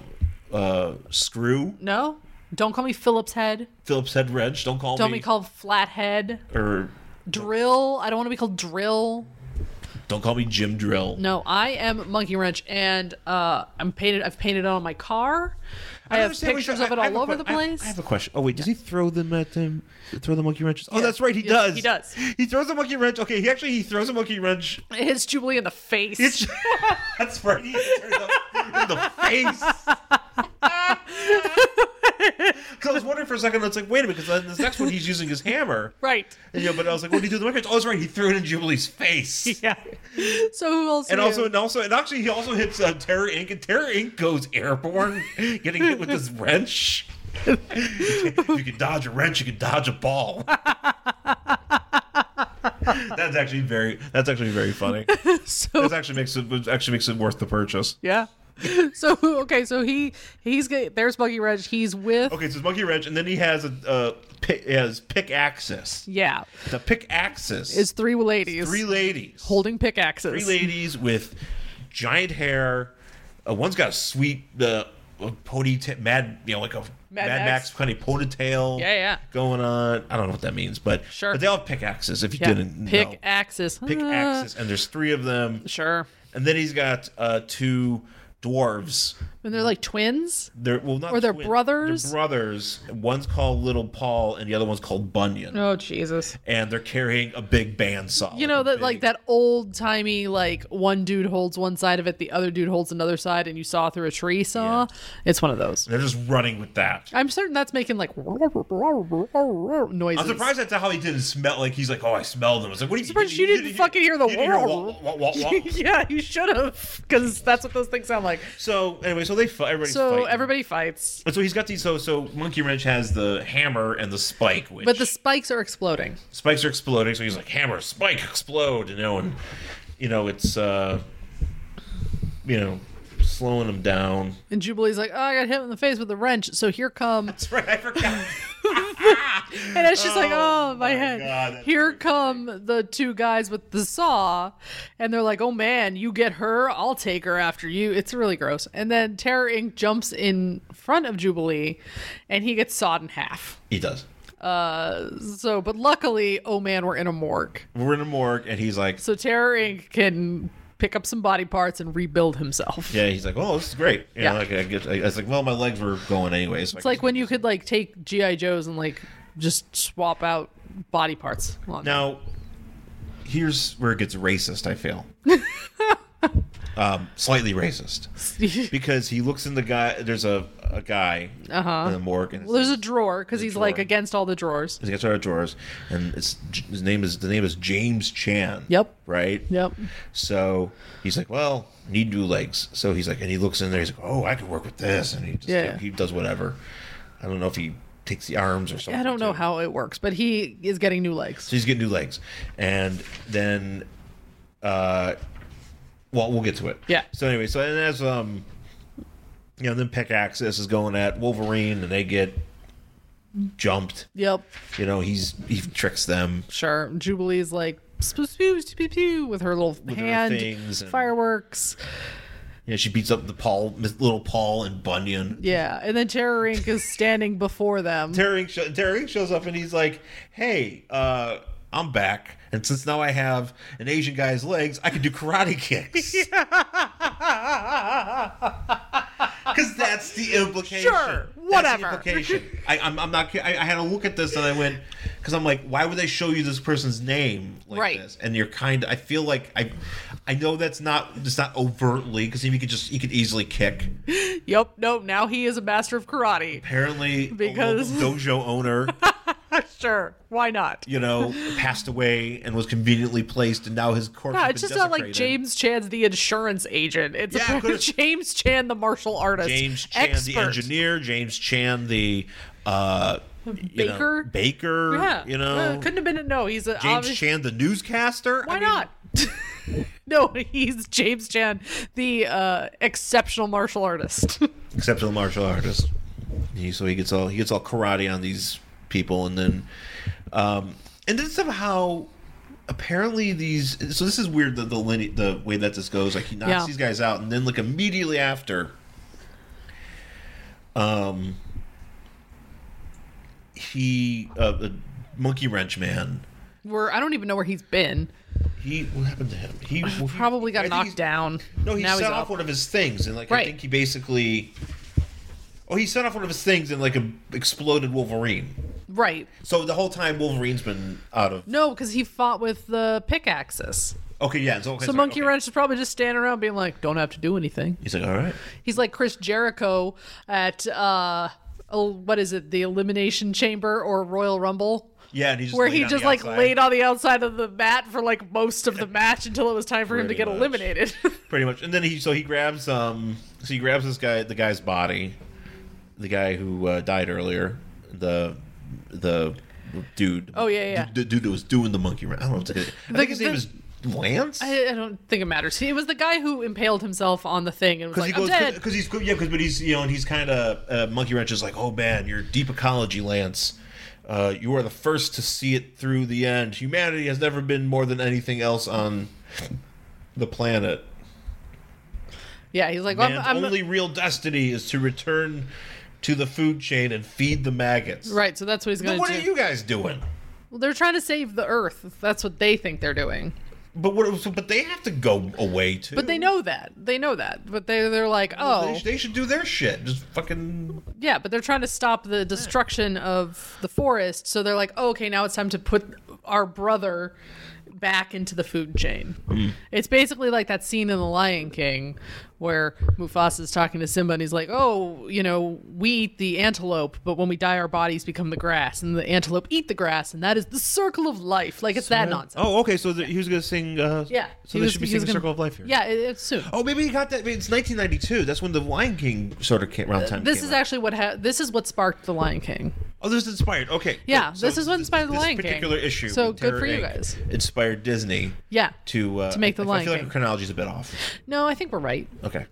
S2: uh, screw.
S1: no. Don't call me Phillips head.
S2: Phillips head wrench. Don't call
S1: Don't
S2: me.
S1: be called flathead.
S2: or
S1: Drill. I don't want to be called drill.
S2: don't call me Jim Drill.
S1: No, I am monkey wrench, and uh, I'm painted. I've painted it on my car. I, have
S2: understand what he's
S1: pictures
S2: doing.
S1: of it
S2: I- I
S1: all
S2: have a
S1: over
S2: que-
S1: the
S2: I have-
S1: place.
S2: I have, a question. Oh wait, does he throw them at him? Throw the monkey wrenches? Oh, that's right, he
S1: Yes,
S2: does.
S1: he does.
S2: He throws a monkey wrench. Okay, he actually he throws a
S1: *laughs*
S2: monkey wrench.
S1: It hits Jubilee in the face.
S2: It's *laughs* that's right. He throws him in the face. *laughs* Because I was wondering for a second, I was like, wait a minute, because this next one he's using his hammer.
S1: right.
S2: And, you know, but I was like, what did he do to the monkey wrench? Oh, that's right, he threw it in Jubilee's face.
S1: *laughs* Yeah. So who else?
S2: And
S1: do you-
S2: also, and also, and actually, he also hits uh, Terror Inc. And Terror Inc. goes airborne, *laughs* getting hit with this wrench. *laughs* if you can dodge a wrench, you can dodge a ball. *laughs* that's actually very. That's actually very funny.
S1: *laughs* so
S2: This actually makes it which actually makes it worth the purchase.
S1: yeah. *laughs* So okay, so he he's g- there's Buggy Reg. He's with
S2: Okay, so it's monkey wrench, and then he has a uh, pick, he has pick axis.
S1: yeah,
S2: The pick axis
S1: is three ladies
S2: three ladies
S1: holding pickaxes.
S2: three ladies with giant hair. Uh, one's got a sweet uh, ponytail, mad, you know, like a Mad, Max.
S1: Max.
S2: kind of ponytail.
S1: Yeah, yeah.
S2: Going on. I don't know what that means, but
S1: Sure.
S2: But they all have pickaxes. If you
S1: Yeah.
S2: didn't know.
S1: Pickaxes.
S2: Pickaxes, and there's three of them,
S1: Uh, Sure.
S2: and then he's got uh, two dwarves.
S1: And they're like twins.
S2: They're well, not
S1: Or they're
S2: twins.
S1: brothers?
S2: They're brothers. One's called Little Paul, and the other one's called Bunyan.
S1: Oh Jesus!
S2: And they're carrying a big bandsaw.
S1: You know
S2: a
S1: that
S2: big-
S1: like that old timey like one dude holds one side of it, the other dude holds another side, and you saw through a tree saw. It's one of those.
S2: They're just running with that.
S1: I'm certain that's making like noises. *laughs*
S2: I'm surprised that's how he didn't smell. Like he's like, oh, I smell them. It's like, what? I'm
S1: surprised you didn't fucking hear the
S2: wah, wah, wah, wah.
S1: *laughs* yeah, you should have, because that's what those things sound like.
S2: So anyway, so they fight. Everybody's
S1: So
S2: fighting.
S1: everybody fights,
S2: And So he's got these. So so Monkey Wrench has the hammer and the spike, which
S1: but the spikes are exploding.
S2: spikes are exploding. So he's like, hammer, spike, explode. You know, and you know it's uh, you know, slowing
S1: *laughs*
S2: him down.
S1: And Jubilee's like, oh, I got hit in the face with a wrench, so here come.
S2: That's right. I forgot.
S1: And it's just like, oh, my, head.
S2: God, that's
S1: here come the two guys with the saw. And they're like, oh, man, you get her. I'll take her after you. It's really gross. And then Terror Inc. jumps in front of Jubilee and he gets sawed in half.
S2: *laughs* he does.
S1: So, but luckily, oh, man, we're in a morgue.
S2: We're in a morgue, and he's like,
S1: So Terror Inc. can pick up some body parts and rebuild himself.
S2: "Yeah." He's like, "Oh, this is great." You
S1: Yeah.
S2: know, like, I, guess, I, I was like, "Well, my legs were going anyways."
S1: It's like when you could like take GI Joes and like just swap out body parts. Long- *laughs*
S2: Now, here's where it gets racist,
S1: *laughs*
S2: I feel. um, slightly racist. Because he looks in the guy, there's a, a guy in the morgue.
S1: Uh-huh.
S2: And
S1: well, there's a drawer because he's like
S2: drawer.
S1: against all the drawers.
S2: he gets out of drawers, and it's, his name is the name is James Chan.
S1: Yep.
S2: Right.
S1: Yep.
S2: So he's like, "Well, need new legs." So he's like, and he looks in there. He's like, "Oh, I can work with this," and he just,
S1: Yeah.
S2: he does whatever. I don't know if he takes the arms or something.
S1: I don't know
S2: too.
S1: how it works, but he is getting new legs.
S2: So he's getting new legs, and then, uh, well, we'll get to it.
S1: Yeah.
S2: So anyway, so and as um, you know, then Peck Axis is going at Wolverine, and they get jumped.
S1: Yep.
S2: You know, he's he tricks them.
S1: Sure. Jubilee's like spew, spew, spew, spew, with her little
S2: her
S1: hand
S2: things and-
S1: fireworks.
S2: You know, she beats up the Paul, little Paul and Bunyan.
S1: Yeah, and then Terror Inc. is standing before them. *laughs*
S2: Terry sho- Terry shows up and he's like, "Hey, uh, I'm back, and since now I have an Asian guy's legs, I can do karate kicks." *laughs* Because that's the implication.
S1: Sure,
S2: That's the
S1: whatever.
S2: implication. I, I'm, I'm not. ki- I, I had a look at this and I went, because I'm like, why would they show you this person's name like
S1: Right.
S2: this? And you're kind. of I feel like I, I know that's not. It's not overtly because he could just he could easily kick.
S1: Yep. Nope. Now he is a master of
S2: *laughs*
S1: karate.
S2: Apparently,
S1: Because- *laughs*
S2: a local dojo owner.
S1: Sure. Why not?
S2: you know, passed away and was conveniently placed, and now his corpse.
S1: Yeah,
S2: has
S1: it's
S2: been
S1: just not like
S2: desecrated.
S1: James Chan's the insurance agent. It's
S2: Yeah, it
S1: apparently
S2: could've-
S1: *laughs* James Chan, the martial artist,
S2: James Chan,
S1: expert.
S2: the engineer. James Chan, the uh, you know,
S1: Baker?
S2: baker.
S1: Yeah,
S2: you know,
S1: Uh, couldn't have been. No, he's a
S2: James
S1: obvious-
S2: Chan, the newscaster.
S1: Why
S2: I mean,
S1: not? *laughs* no, he's James Chan, the uh, exceptional martial artist. *laughs*
S2: exceptional martial artist. He, so he gets all he gets all karate on these people, and then, um, and then somehow, apparently these. So this is weird. The the, line, the way that this goes, like he knocks
S1: Yeah.
S2: these guys out, and then like immediately after, um, he uh, the monkey wrench man.
S1: where I don't even know where he's been.
S2: He what happened to him? He well, he-
S1: Probably
S2: I
S1: got
S2: think
S1: knocked
S2: he's-
S1: down.
S2: no, he
S1: now
S2: set
S1: he's
S2: off
S1: up.
S2: one of his things, and like I
S1: Right.
S2: think he basically. Oh, he set off one of his things, and like a exploded Wolverine.
S1: Right.
S2: So the whole time Wolverine's been out of.
S1: No, because he fought with the pickaxes.
S2: Okay, yeah. So, okay,
S1: So
S2: sorry,
S1: Monkey
S2: okay.
S1: Wrench is probably just standing around being like, "Don't have to do anything."
S2: He's like, all right.
S1: He's like Chris Jericho at uh, oh, what is it, the Elimination Chamber or Royal Rumble,
S2: Yeah, and he just
S1: where
S2: laid
S1: he
S2: on
S1: just
S2: the
S1: like
S2: outside.
S1: laid on the outside of the mat for like most
S2: *laughs*
S1: of the match until it was time for him to
S2: Pretty
S1: get
S2: much.
S1: eliminated. *laughs*
S2: pretty much. And then he so he grabs um so he grabs this guy the guy's body, the guy who uh, died earlier, the the dude.
S1: Oh, yeah, yeah.
S2: The dude that was doing the monkey wrench. I don't know. What's his name. I think his name
S1: the-
S2: is Lance.
S1: I, I don't think it matters. He, it was the guy who impaled himself on the thing and was
S2: Because
S1: like,
S2: he
S1: "I'm
S2: goes,
S1: dead."
S2: because he's yeah, because but he's you know, and he's kind of uh, monkey wrench is like, oh man, you're deep ecology, Lance. Uh, you are the first to see it through the end. Humanity has never been more than anything else on the planet.
S1: yeah, he's like, well,
S2: Man's
S1: "I'm, I'm
S2: only real destiny is to return to the food chain and feed the maggots.
S1: right." So that's what he's
S2: But
S1: going
S2: what
S1: to do.
S2: are you guys doing?
S1: Well, they're trying to save the Earth. That's what they think they're doing.
S2: But what? so- But they have to go away too.
S1: But they know that. They know that. But they they're like, "Oh,
S2: They, they should do their shit. Just fucking.
S1: Yeah, but they're trying to stop the destruction of the forest. So they're like, oh, okay, now it's time to put our brother back into the food chain. It's basically like that scene in The Lion King where Mufasa's talking to Simba and he's like, oh, you know, we eat the antelope, but when we die, our bodies become the grass, and the antelope eat the grass, and that is the circle of life. Like, it's that nonsense.
S2: Oh, okay. So the, he was gonna sing. Uh,
S1: Yeah.
S2: So
S1: he
S2: they
S1: was-
S2: should be
S1: he was
S2: singing
S1: gonna-
S2: "Circle of Life" here.
S1: Yeah, it, it's soon.
S2: Oh, maybe he got that. I mean, it's 1992. That's when the Lion King sort of came around the time. it
S1: Uh, This
S2: came
S1: is
S2: out.
S1: actually what ha- this is what sparked The Lion King.
S2: Oh, this is inspired. Okay.
S1: Yeah,
S2: good.
S1: this is what inspired The
S2: this
S1: Lion King.
S2: particular issue.
S1: So
S2: with
S1: good for
S2: Terror,
S1: you
S2: Inc.
S1: guys.
S2: Inspired Disney.
S1: Yeah.
S2: To uh,
S1: To make The
S2: I- I
S1: Lion
S2: feel like
S1: King.
S2: our chronology's a bit off.
S1: No, I think we're right. *laughs*
S2: Okay.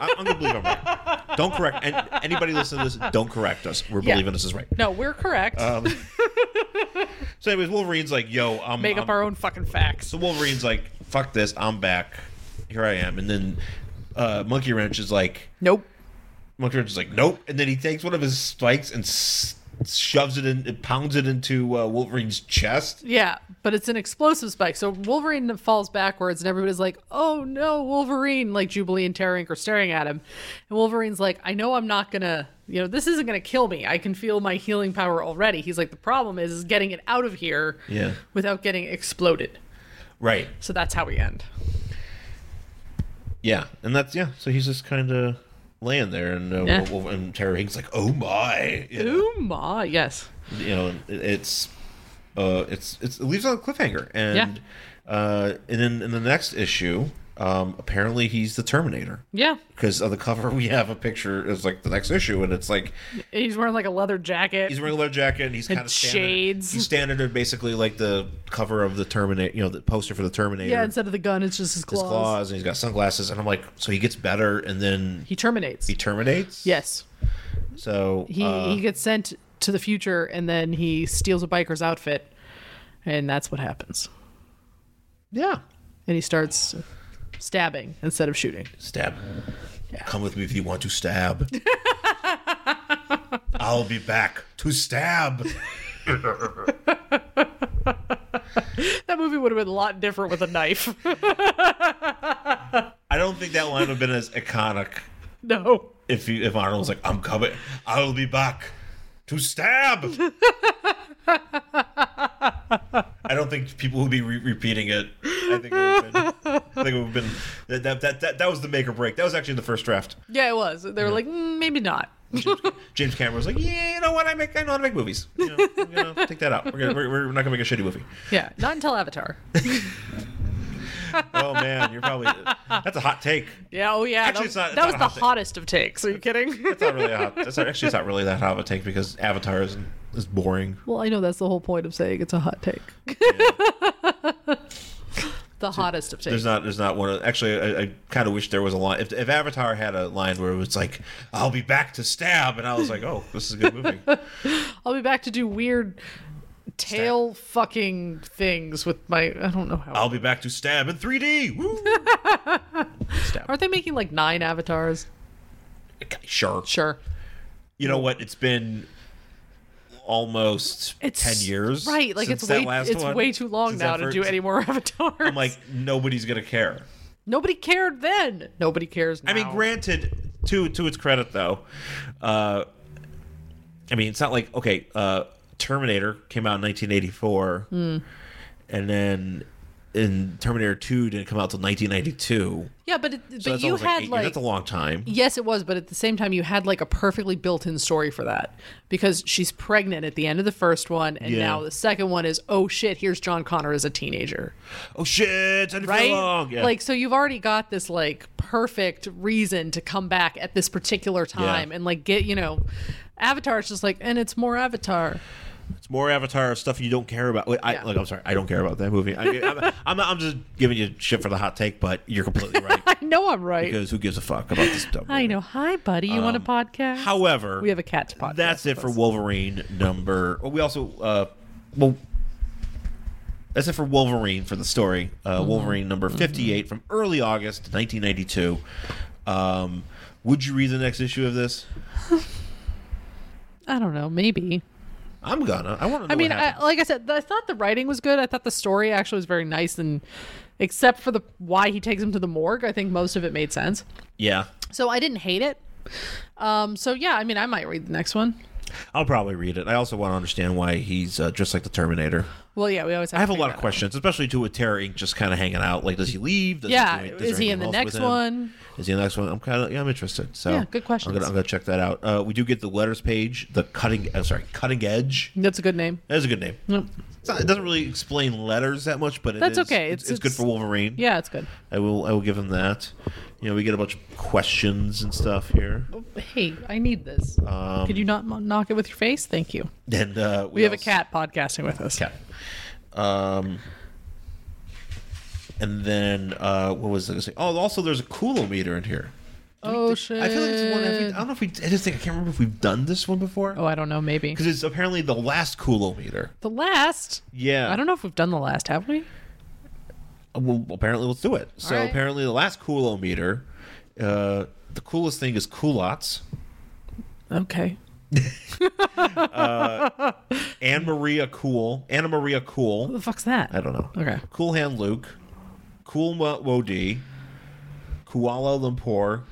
S2: I, I'm gonna believe I'm right. Don't correct and anybody listening to this. Don't correct us. We're
S1: Yeah.
S2: believing this is right.
S1: No, we're correct.
S2: Um, So, anyways, Wolverine's like, "Yo, I'm
S1: Make
S2: I'm,
S1: up our own fucking facts.
S2: um, So Wolverine's like, "Fuck this, I'm back. Here I am." And then uh, Monkey Wrench is like,
S1: Nope.
S2: Monkey Wrench is like, "Nope." And then he takes one of his spikes and s- shoves it in, pounds it into uh, Wolverine's chest.
S1: Yeah, but it's an explosive spike. So Wolverine falls backwards, and everybody's like, "Oh no, Wolverine!" Like Jubilee and Terrank are staring at him, and Wolverine's like, "I know I'm not gonna, you know, this isn't gonna kill me. I can feel my healing power already." He's like, "The problem is, is getting it out of here,
S2: Yeah.
S1: without getting exploded."
S2: Right.
S1: So that's how we end.
S2: Yeah. And that's yeah. So he's just kind of laying there, and uh,
S1: Yeah.
S2: Wol- Wol- and Terror Inc.'s like, "Oh my!" You know,
S1: Ooh, ma, Oh yes,
S2: you know it- it's. Uh, it's it's it leaves on a cliffhanger, and uh, and then in the next issue, um, apparently he's the Terminator.
S1: yeah.
S2: because on the cover *laughs* we have a picture it's like the next issue and it's like
S1: And he's wearing like a leather jacket.
S2: he's wearing a leather jacket and he's kind of
S1: shades.
S2: he's standing there basically like the cover of the terminator you know the poster for the terminator
S1: yeah, instead of the gun, it's just his
S2: his
S1: claws.
S2: claws and he's got sunglasses and i'm like so he gets better and then
S1: He terminates.
S2: he terminates
S1: yes.
S2: so
S1: he
S2: uh,
S1: he gets sent to the future and then he steals a biker's outfit and that's what happens
S2: yeah
S1: and he starts stabbing instead of shooting
S2: stab come with me if you want
S1: *laughs*
S2: to stab i'll be back to stab
S1: that movie would have been a lot different with a knife *laughs*
S2: i don't think that line would have been as iconic
S1: no
S2: if you, if Arnold was like, "I'm coming, I will be back to stab." I don't think people would be re- repeating it. I think it would have been, I think it would have been that, that that that that was the make or break. That was actually the first draft.
S1: yeah it was they were like mm, maybe not
S2: James Cameron was like, "Yeah, you know what? I make I know how to make movies. You know, we're gonna take that out. We're, gonna, we're we're not gonna make a shitty movie."
S1: yeah not until avatar
S2: Oh man, you're probably that's a hot take.
S1: *laughs* yeah oh yeah that,
S2: Actually, it's not- it's
S1: that
S2: not
S1: was
S2: a
S1: the
S2: hot take.
S1: hottest of takes are you *laughs* kidding
S2: It's not really a hot. That's not, actually it's not really that hot of a take because Avatar is is boring.
S1: well i know that's the whole point of saying it's a hot take *laughs* the hottest of takes
S2: There's not. There's not one. Of, actually, I, I kind of wish there was a line. If, if Avatar had a line where it was like, "I'll be back to stab," and I was like, "Oh, this is a
S1: *laughs*
S2: good movie."
S1: I'll be back to do weird tail fucking things with my. I don't know how.
S2: I'll be back to stab in 3D. Woo!
S1: Aren't they making like nine avatars?
S2: Okay, sure.
S1: Sure.
S2: You know what? It's been almost ten years.
S1: Right. Like
S2: since
S1: it's
S2: that
S1: way
S2: last
S1: it's
S2: one.
S1: way too long
S2: Since
S1: now
S2: that
S1: to
S2: first-
S1: do any more *laughs* avatars.
S2: I'm like nobody's gonna care.
S1: nobody cared then. Nobody cares now.
S2: I mean, granted, to to its credit though, uh, I mean, it's not like okay, uh, Terminator came out in 1984,
S1: Hmm.
S2: and then in Terminator 2 didn't come out till 1992.
S1: Yeah, but it,
S2: So
S1: but
S2: that's
S1: you
S2: almost like eight
S1: had
S2: years.
S1: like.
S2: that's a long time.
S1: Yes, it was, but at the same time, you had like a perfectly built-in story for that because she's pregnant at the end of the first one, and
S2: Yeah.
S1: now the second one is oh shit, here's John Connor as a teenager.
S2: Oh shit! I didn't
S1: right?
S2: feel long. Yeah.
S1: Like, so you've already got this like perfect reason to come back at this particular time and like get, you know, Avatar is just like, and it's more Avatar.
S2: it's more Avatar stuff you don't care about. Wait, I,
S1: Yeah.
S2: Like I'm sorry, I don't care about that movie. I, I'm, I'm, I'm just giving you shit for the hot take, but you're completely right
S1: I know I'm *laughs* right.
S2: because Um, who gives a fuck about this stuff?
S1: I know. Hi, buddy. You want a podcast?
S2: However,
S1: we have a cat's podcast.
S2: That's it
S1: with
S2: for
S1: us.
S2: Wolverine number. well, We also uh, well, that's it for Wolverine for the story. Uh,
S1: Mm-hmm.
S2: Wolverine number fifty-eight from early August, nineteen ninety-two. Um, would you read the next issue of this?
S1: I don't know. Maybe.
S2: I'm gonna. I want to. Know
S1: I mean,
S2: what
S1: I,
S2: happened.
S1: like I said, I thought the writing was good. I thought the story actually was very nice, and except for the why he takes him to the morgue, I think most of it made sense.
S2: yeah,
S1: So I didn't hate it. Um, so yeah, I mean, I might read the next one.
S2: I'll probably read it. I also want to understand why he's uh, just like the Terminator.
S1: Well, yeah, we always. Have
S2: I have a
S1: to
S2: lot
S1: figure
S2: of
S1: that out.
S2: questions, especially too with Terror Inc. Just kind of hanging out. Like, does he leave? Does
S1: Yeah,
S2: he, do-
S1: is
S2: there
S1: he
S2: anything
S1: in the
S2: else
S1: next
S2: with him?
S1: one?
S2: Is he in the next one? I'm kind of yeah, I'm interested. So
S1: Yeah, good
S2: I'm
S1: questions.
S2: gonna, I'm gonna check that out. Uh, we do get the letters page, the cutting. I'm sorry, cutting edge.
S1: That's a good name.
S2: That is a good name. It's not- it doesn't really explain letters that much, but it
S1: That's
S2: is-
S1: okay.
S2: It's,
S1: It's-
S2: it's, good
S1: it's-
S2: for Wolverine.
S1: Yeah, it's good.
S2: I will. I will give him that. You know, we get a bunch of questions and stuff here,
S1: Hey, I need this. Could
S2: Um,
S1: you not mo- knock it with your face? Thank you.
S2: and uh,
S1: We have a
S2: also-
S1: cat podcasting with us.
S2: Cat. Um, and then uh, what was I going to say? Oh, also there's a coolometer in here.
S1: Oh shit!
S2: I feel like it's one. Every, I don't know if we. I just think I can't remember if we've done this one before.
S1: oh, I don't know. Maybe
S2: because it's apparently the last coolometer.
S1: the last.
S2: Yeah.
S1: I don't know if we've done the last, have we?
S2: Uh, Well, apparently let's do it. So
S1: right.
S2: apparently the last coolometer, uh, the coolest thing is culottes.
S1: Okay.
S2: Anne Maria Cool, Anna Maria Cool.
S1: What the fuck's that?
S2: I don't know.
S1: Okay.
S2: Cool Hand Luke, Cool Mo- Wodi, Kuala Lumpur,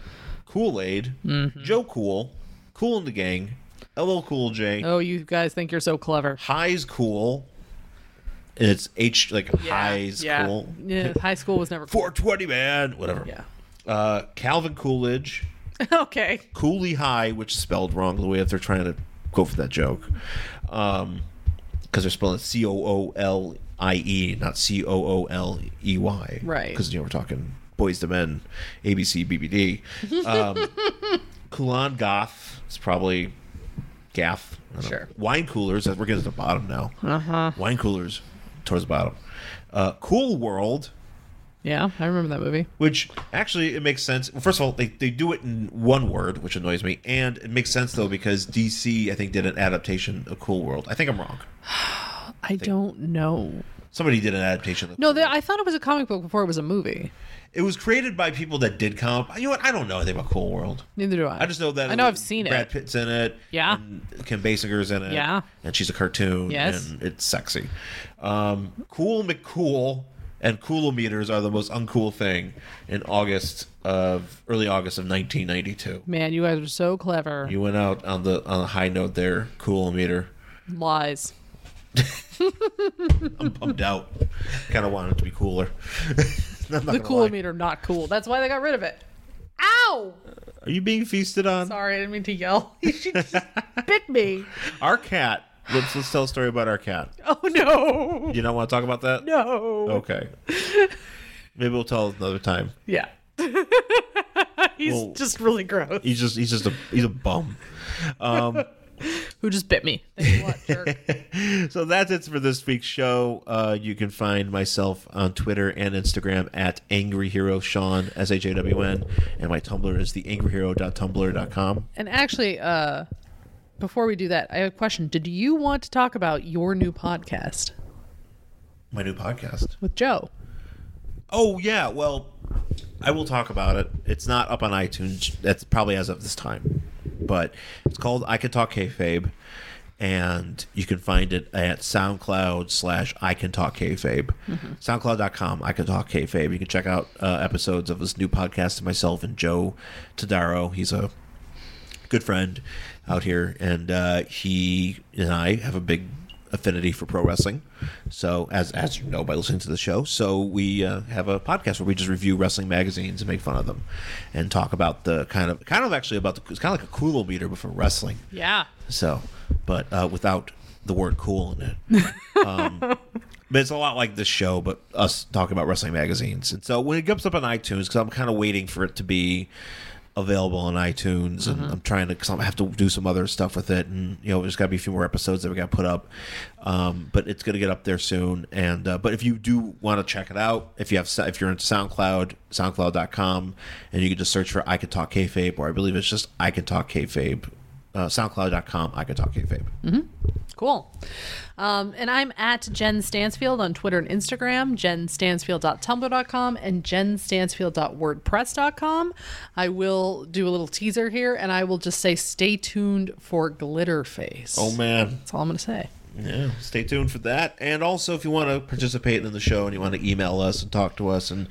S2: Kool Aid,
S1: Mm-hmm.
S2: Joe Cool, Cool in the Gang, LL Cool J,
S1: Oh, you guys think you're so clever.
S2: Highs Cool, and it's H like Highs
S1: yeah.
S2: Cool, *laughs*
S1: Yeah, high school was never cool.
S2: 420 man, whatever.
S1: Yeah. *laughs*
S2: Uh, Calvin Coolidge,
S1: okay.
S2: Cooley High, which is spelled wrong the way if they're trying to go for that joke, um, because they're spelling it C O O L I E, not C O O L E Y,
S1: Right.
S2: Because you know we're talking boys to men, ABC BBD.
S1: *laughs*
S2: Um, Kulan Goth is probably Gaff. I don't know.
S1: Sure.
S2: Wine coolers. We're getting to the bottom now. Uh huh. Wine coolers towards the bottom. Uh, cool World
S1: Yeah, I remember that movie.
S2: which actually it makes sense. Well, first of all, they, they do it in one word, which annoys me, and it makes sense though because DC I think did an adaptation of Cool World. I think I'm wrong.
S1: I don't know.
S2: Somebody did an adaptation. Of
S1: No,
S2: Cool
S1: the, I thought it was a comic book before it was a movie.
S2: World. it was created by people that did comp. You know what? I don't know anything about Cool World.
S1: Neither do I.
S2: I just know that
S1: I know
S2: it-
S1: I've seen
S2: Brad
S1: it.
S2: Pitt's in it.
S1: Yeah.
S2: and Kim Basinger's in it.
S1: Yeah.
S2: and she's a cartoon.
S1: Yes.
S2: and it's sexy. Um, cool McCool and coolometers are the most uncool thing in August of early August of 1992.
S1: Man, you guys are so clever.
S2: You went out on the on a high note there, cool meter.
S1: Lies. *laughs*
S2: I'm bummed out. kind of wanted to be cooler. *laughs* I'm not
S1: The
S2: gonna
S1: cool
S2: lie.
S1: meter, not cool. That's why they got rid of it. Ow!
S2: Are you being feasted on?
S1: Sorry, I didn't mean to yell. *laughs* You should just bit me.
S2: Our cat. Let's let's tell a story about our cat.
S1: *laughs* Oh no.
S2: You don't want to talk about that?
S1: No.
S2: Okay. Maybe we'll tell another time.
S1: Yeah. *laughs* he's
S2: Well-
S1: just really gross.
S2: He's just he's just a he's a bum.
S1: Who just bit me? Thanks a lot,
S2: *laughs*
S1: jerk.
S2: So that's it for this week's show. Uh, you can find myself on Twitter and Instagram at Angry Hero Sean S H A W N, and my Tumblr is theangryhero.tumblr.com.
S1: And actually, uh, before we do that, I have a question. Did you want to talk about your new podcast
S2: My new podcast.
S1: with Joe?
S2: Oh yeah, well, I will talk about it. It's not up on iTunes. That's probably as of this time, but it's called "I Can Talk Kayfabe," and you can find it at SoundCloud slash "I Can Talk Kayfabe," SoundCloud.com. I Can Talk Kayfabe. You can check out uh, episodes of this new podcast to myself and Joe Tadaro. He's a good friend out here, and uh, he and I have a big affinity for pro wrestling. So, as as you know by listening to the show, so we uh, have a podcast where we just review wrestling magazines and make fun of them, and talk about the kind of kind of actually about the it's kind of like a cool meter but for wrestling.
S1: Yeah.
S2: So, but uh, without the word cool in it. um, but it's a lot like this show, but us talking about wrestling magazines. And so when it comes up on iTunes, because I'm kind of waiting for it to be available on iTunes, and I'm trying to, because I have to do some other stuff with it. And, you know, there's got to be a few more episodes that we got to put up. Um, but it's going to get up there soon. And, uh, but if you do want to check it out, if you have, if you're into SoundCloud, soundcloud.com, and you can just search for I Can Talk Kayfabe, or I believe it's just I Can Talk Kayfabe uh, soundcloud.com i could talk kayfabe
S1: Cool. Um, and I'm at Jen Stansfield on Twitter and Instagram, jenstansfield.tumblr.com and jenstansfield.wordpress.com. I will do a little teaser here and I will just say stay tuned for Glitterface.
S2: oh man
S1: That's all I'm going to say.
S2: yeah stay tuned for that and also if you want to participate in the show and you want to email us and talk to us and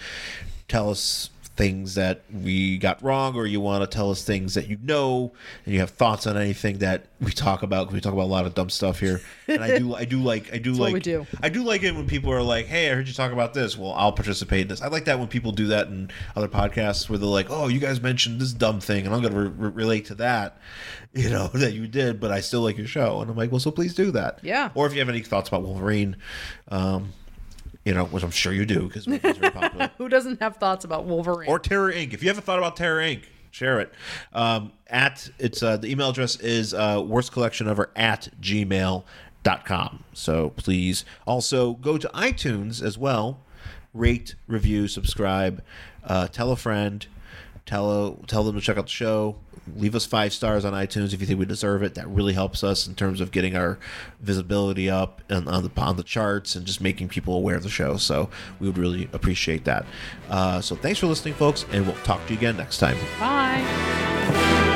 S2: tell us things that we got wrong or you want to tell us things that you know and you have thoughts on anything that we talk about 'cause we talk about a lot of dumb stuff here and i do i do like i do
S1: what
S2: like
S1: we do.
S2: i do like it when people are like hey i heard you talk about this well i'll participate in this i like that when people do that in other podcasts where they're like oh you guys mentioned this dumb thing and i'm going to re- re- relate to that *laughs* you know that you did but i still like your show and i'm like well so please do that
S1: Yeah.
S2: or if you have any thoughts about wolverine um you know, which I'm sure you do because it's very popular.
S1: Who doesn't have thoughts about Wolverine?
S2: or Terror Inc. If you haven't thought about Terror Inc., share it. Um, at it's uh, the email address is uh, worst collection ever at gmail.com. So please also go to iTunes as well. Rate, review, subscribe, uh, tell a friend, tell uh, tell them to check out the show. Leave us five stars on iTunes if you think we deserve it. That really helps us in terms of getting our visibility up and on the on the charts and just making people aware of the show. So we would really appreciate that. Uh, so thanks for listening, folks, and we'll talk to you again next time.
S1: Bye.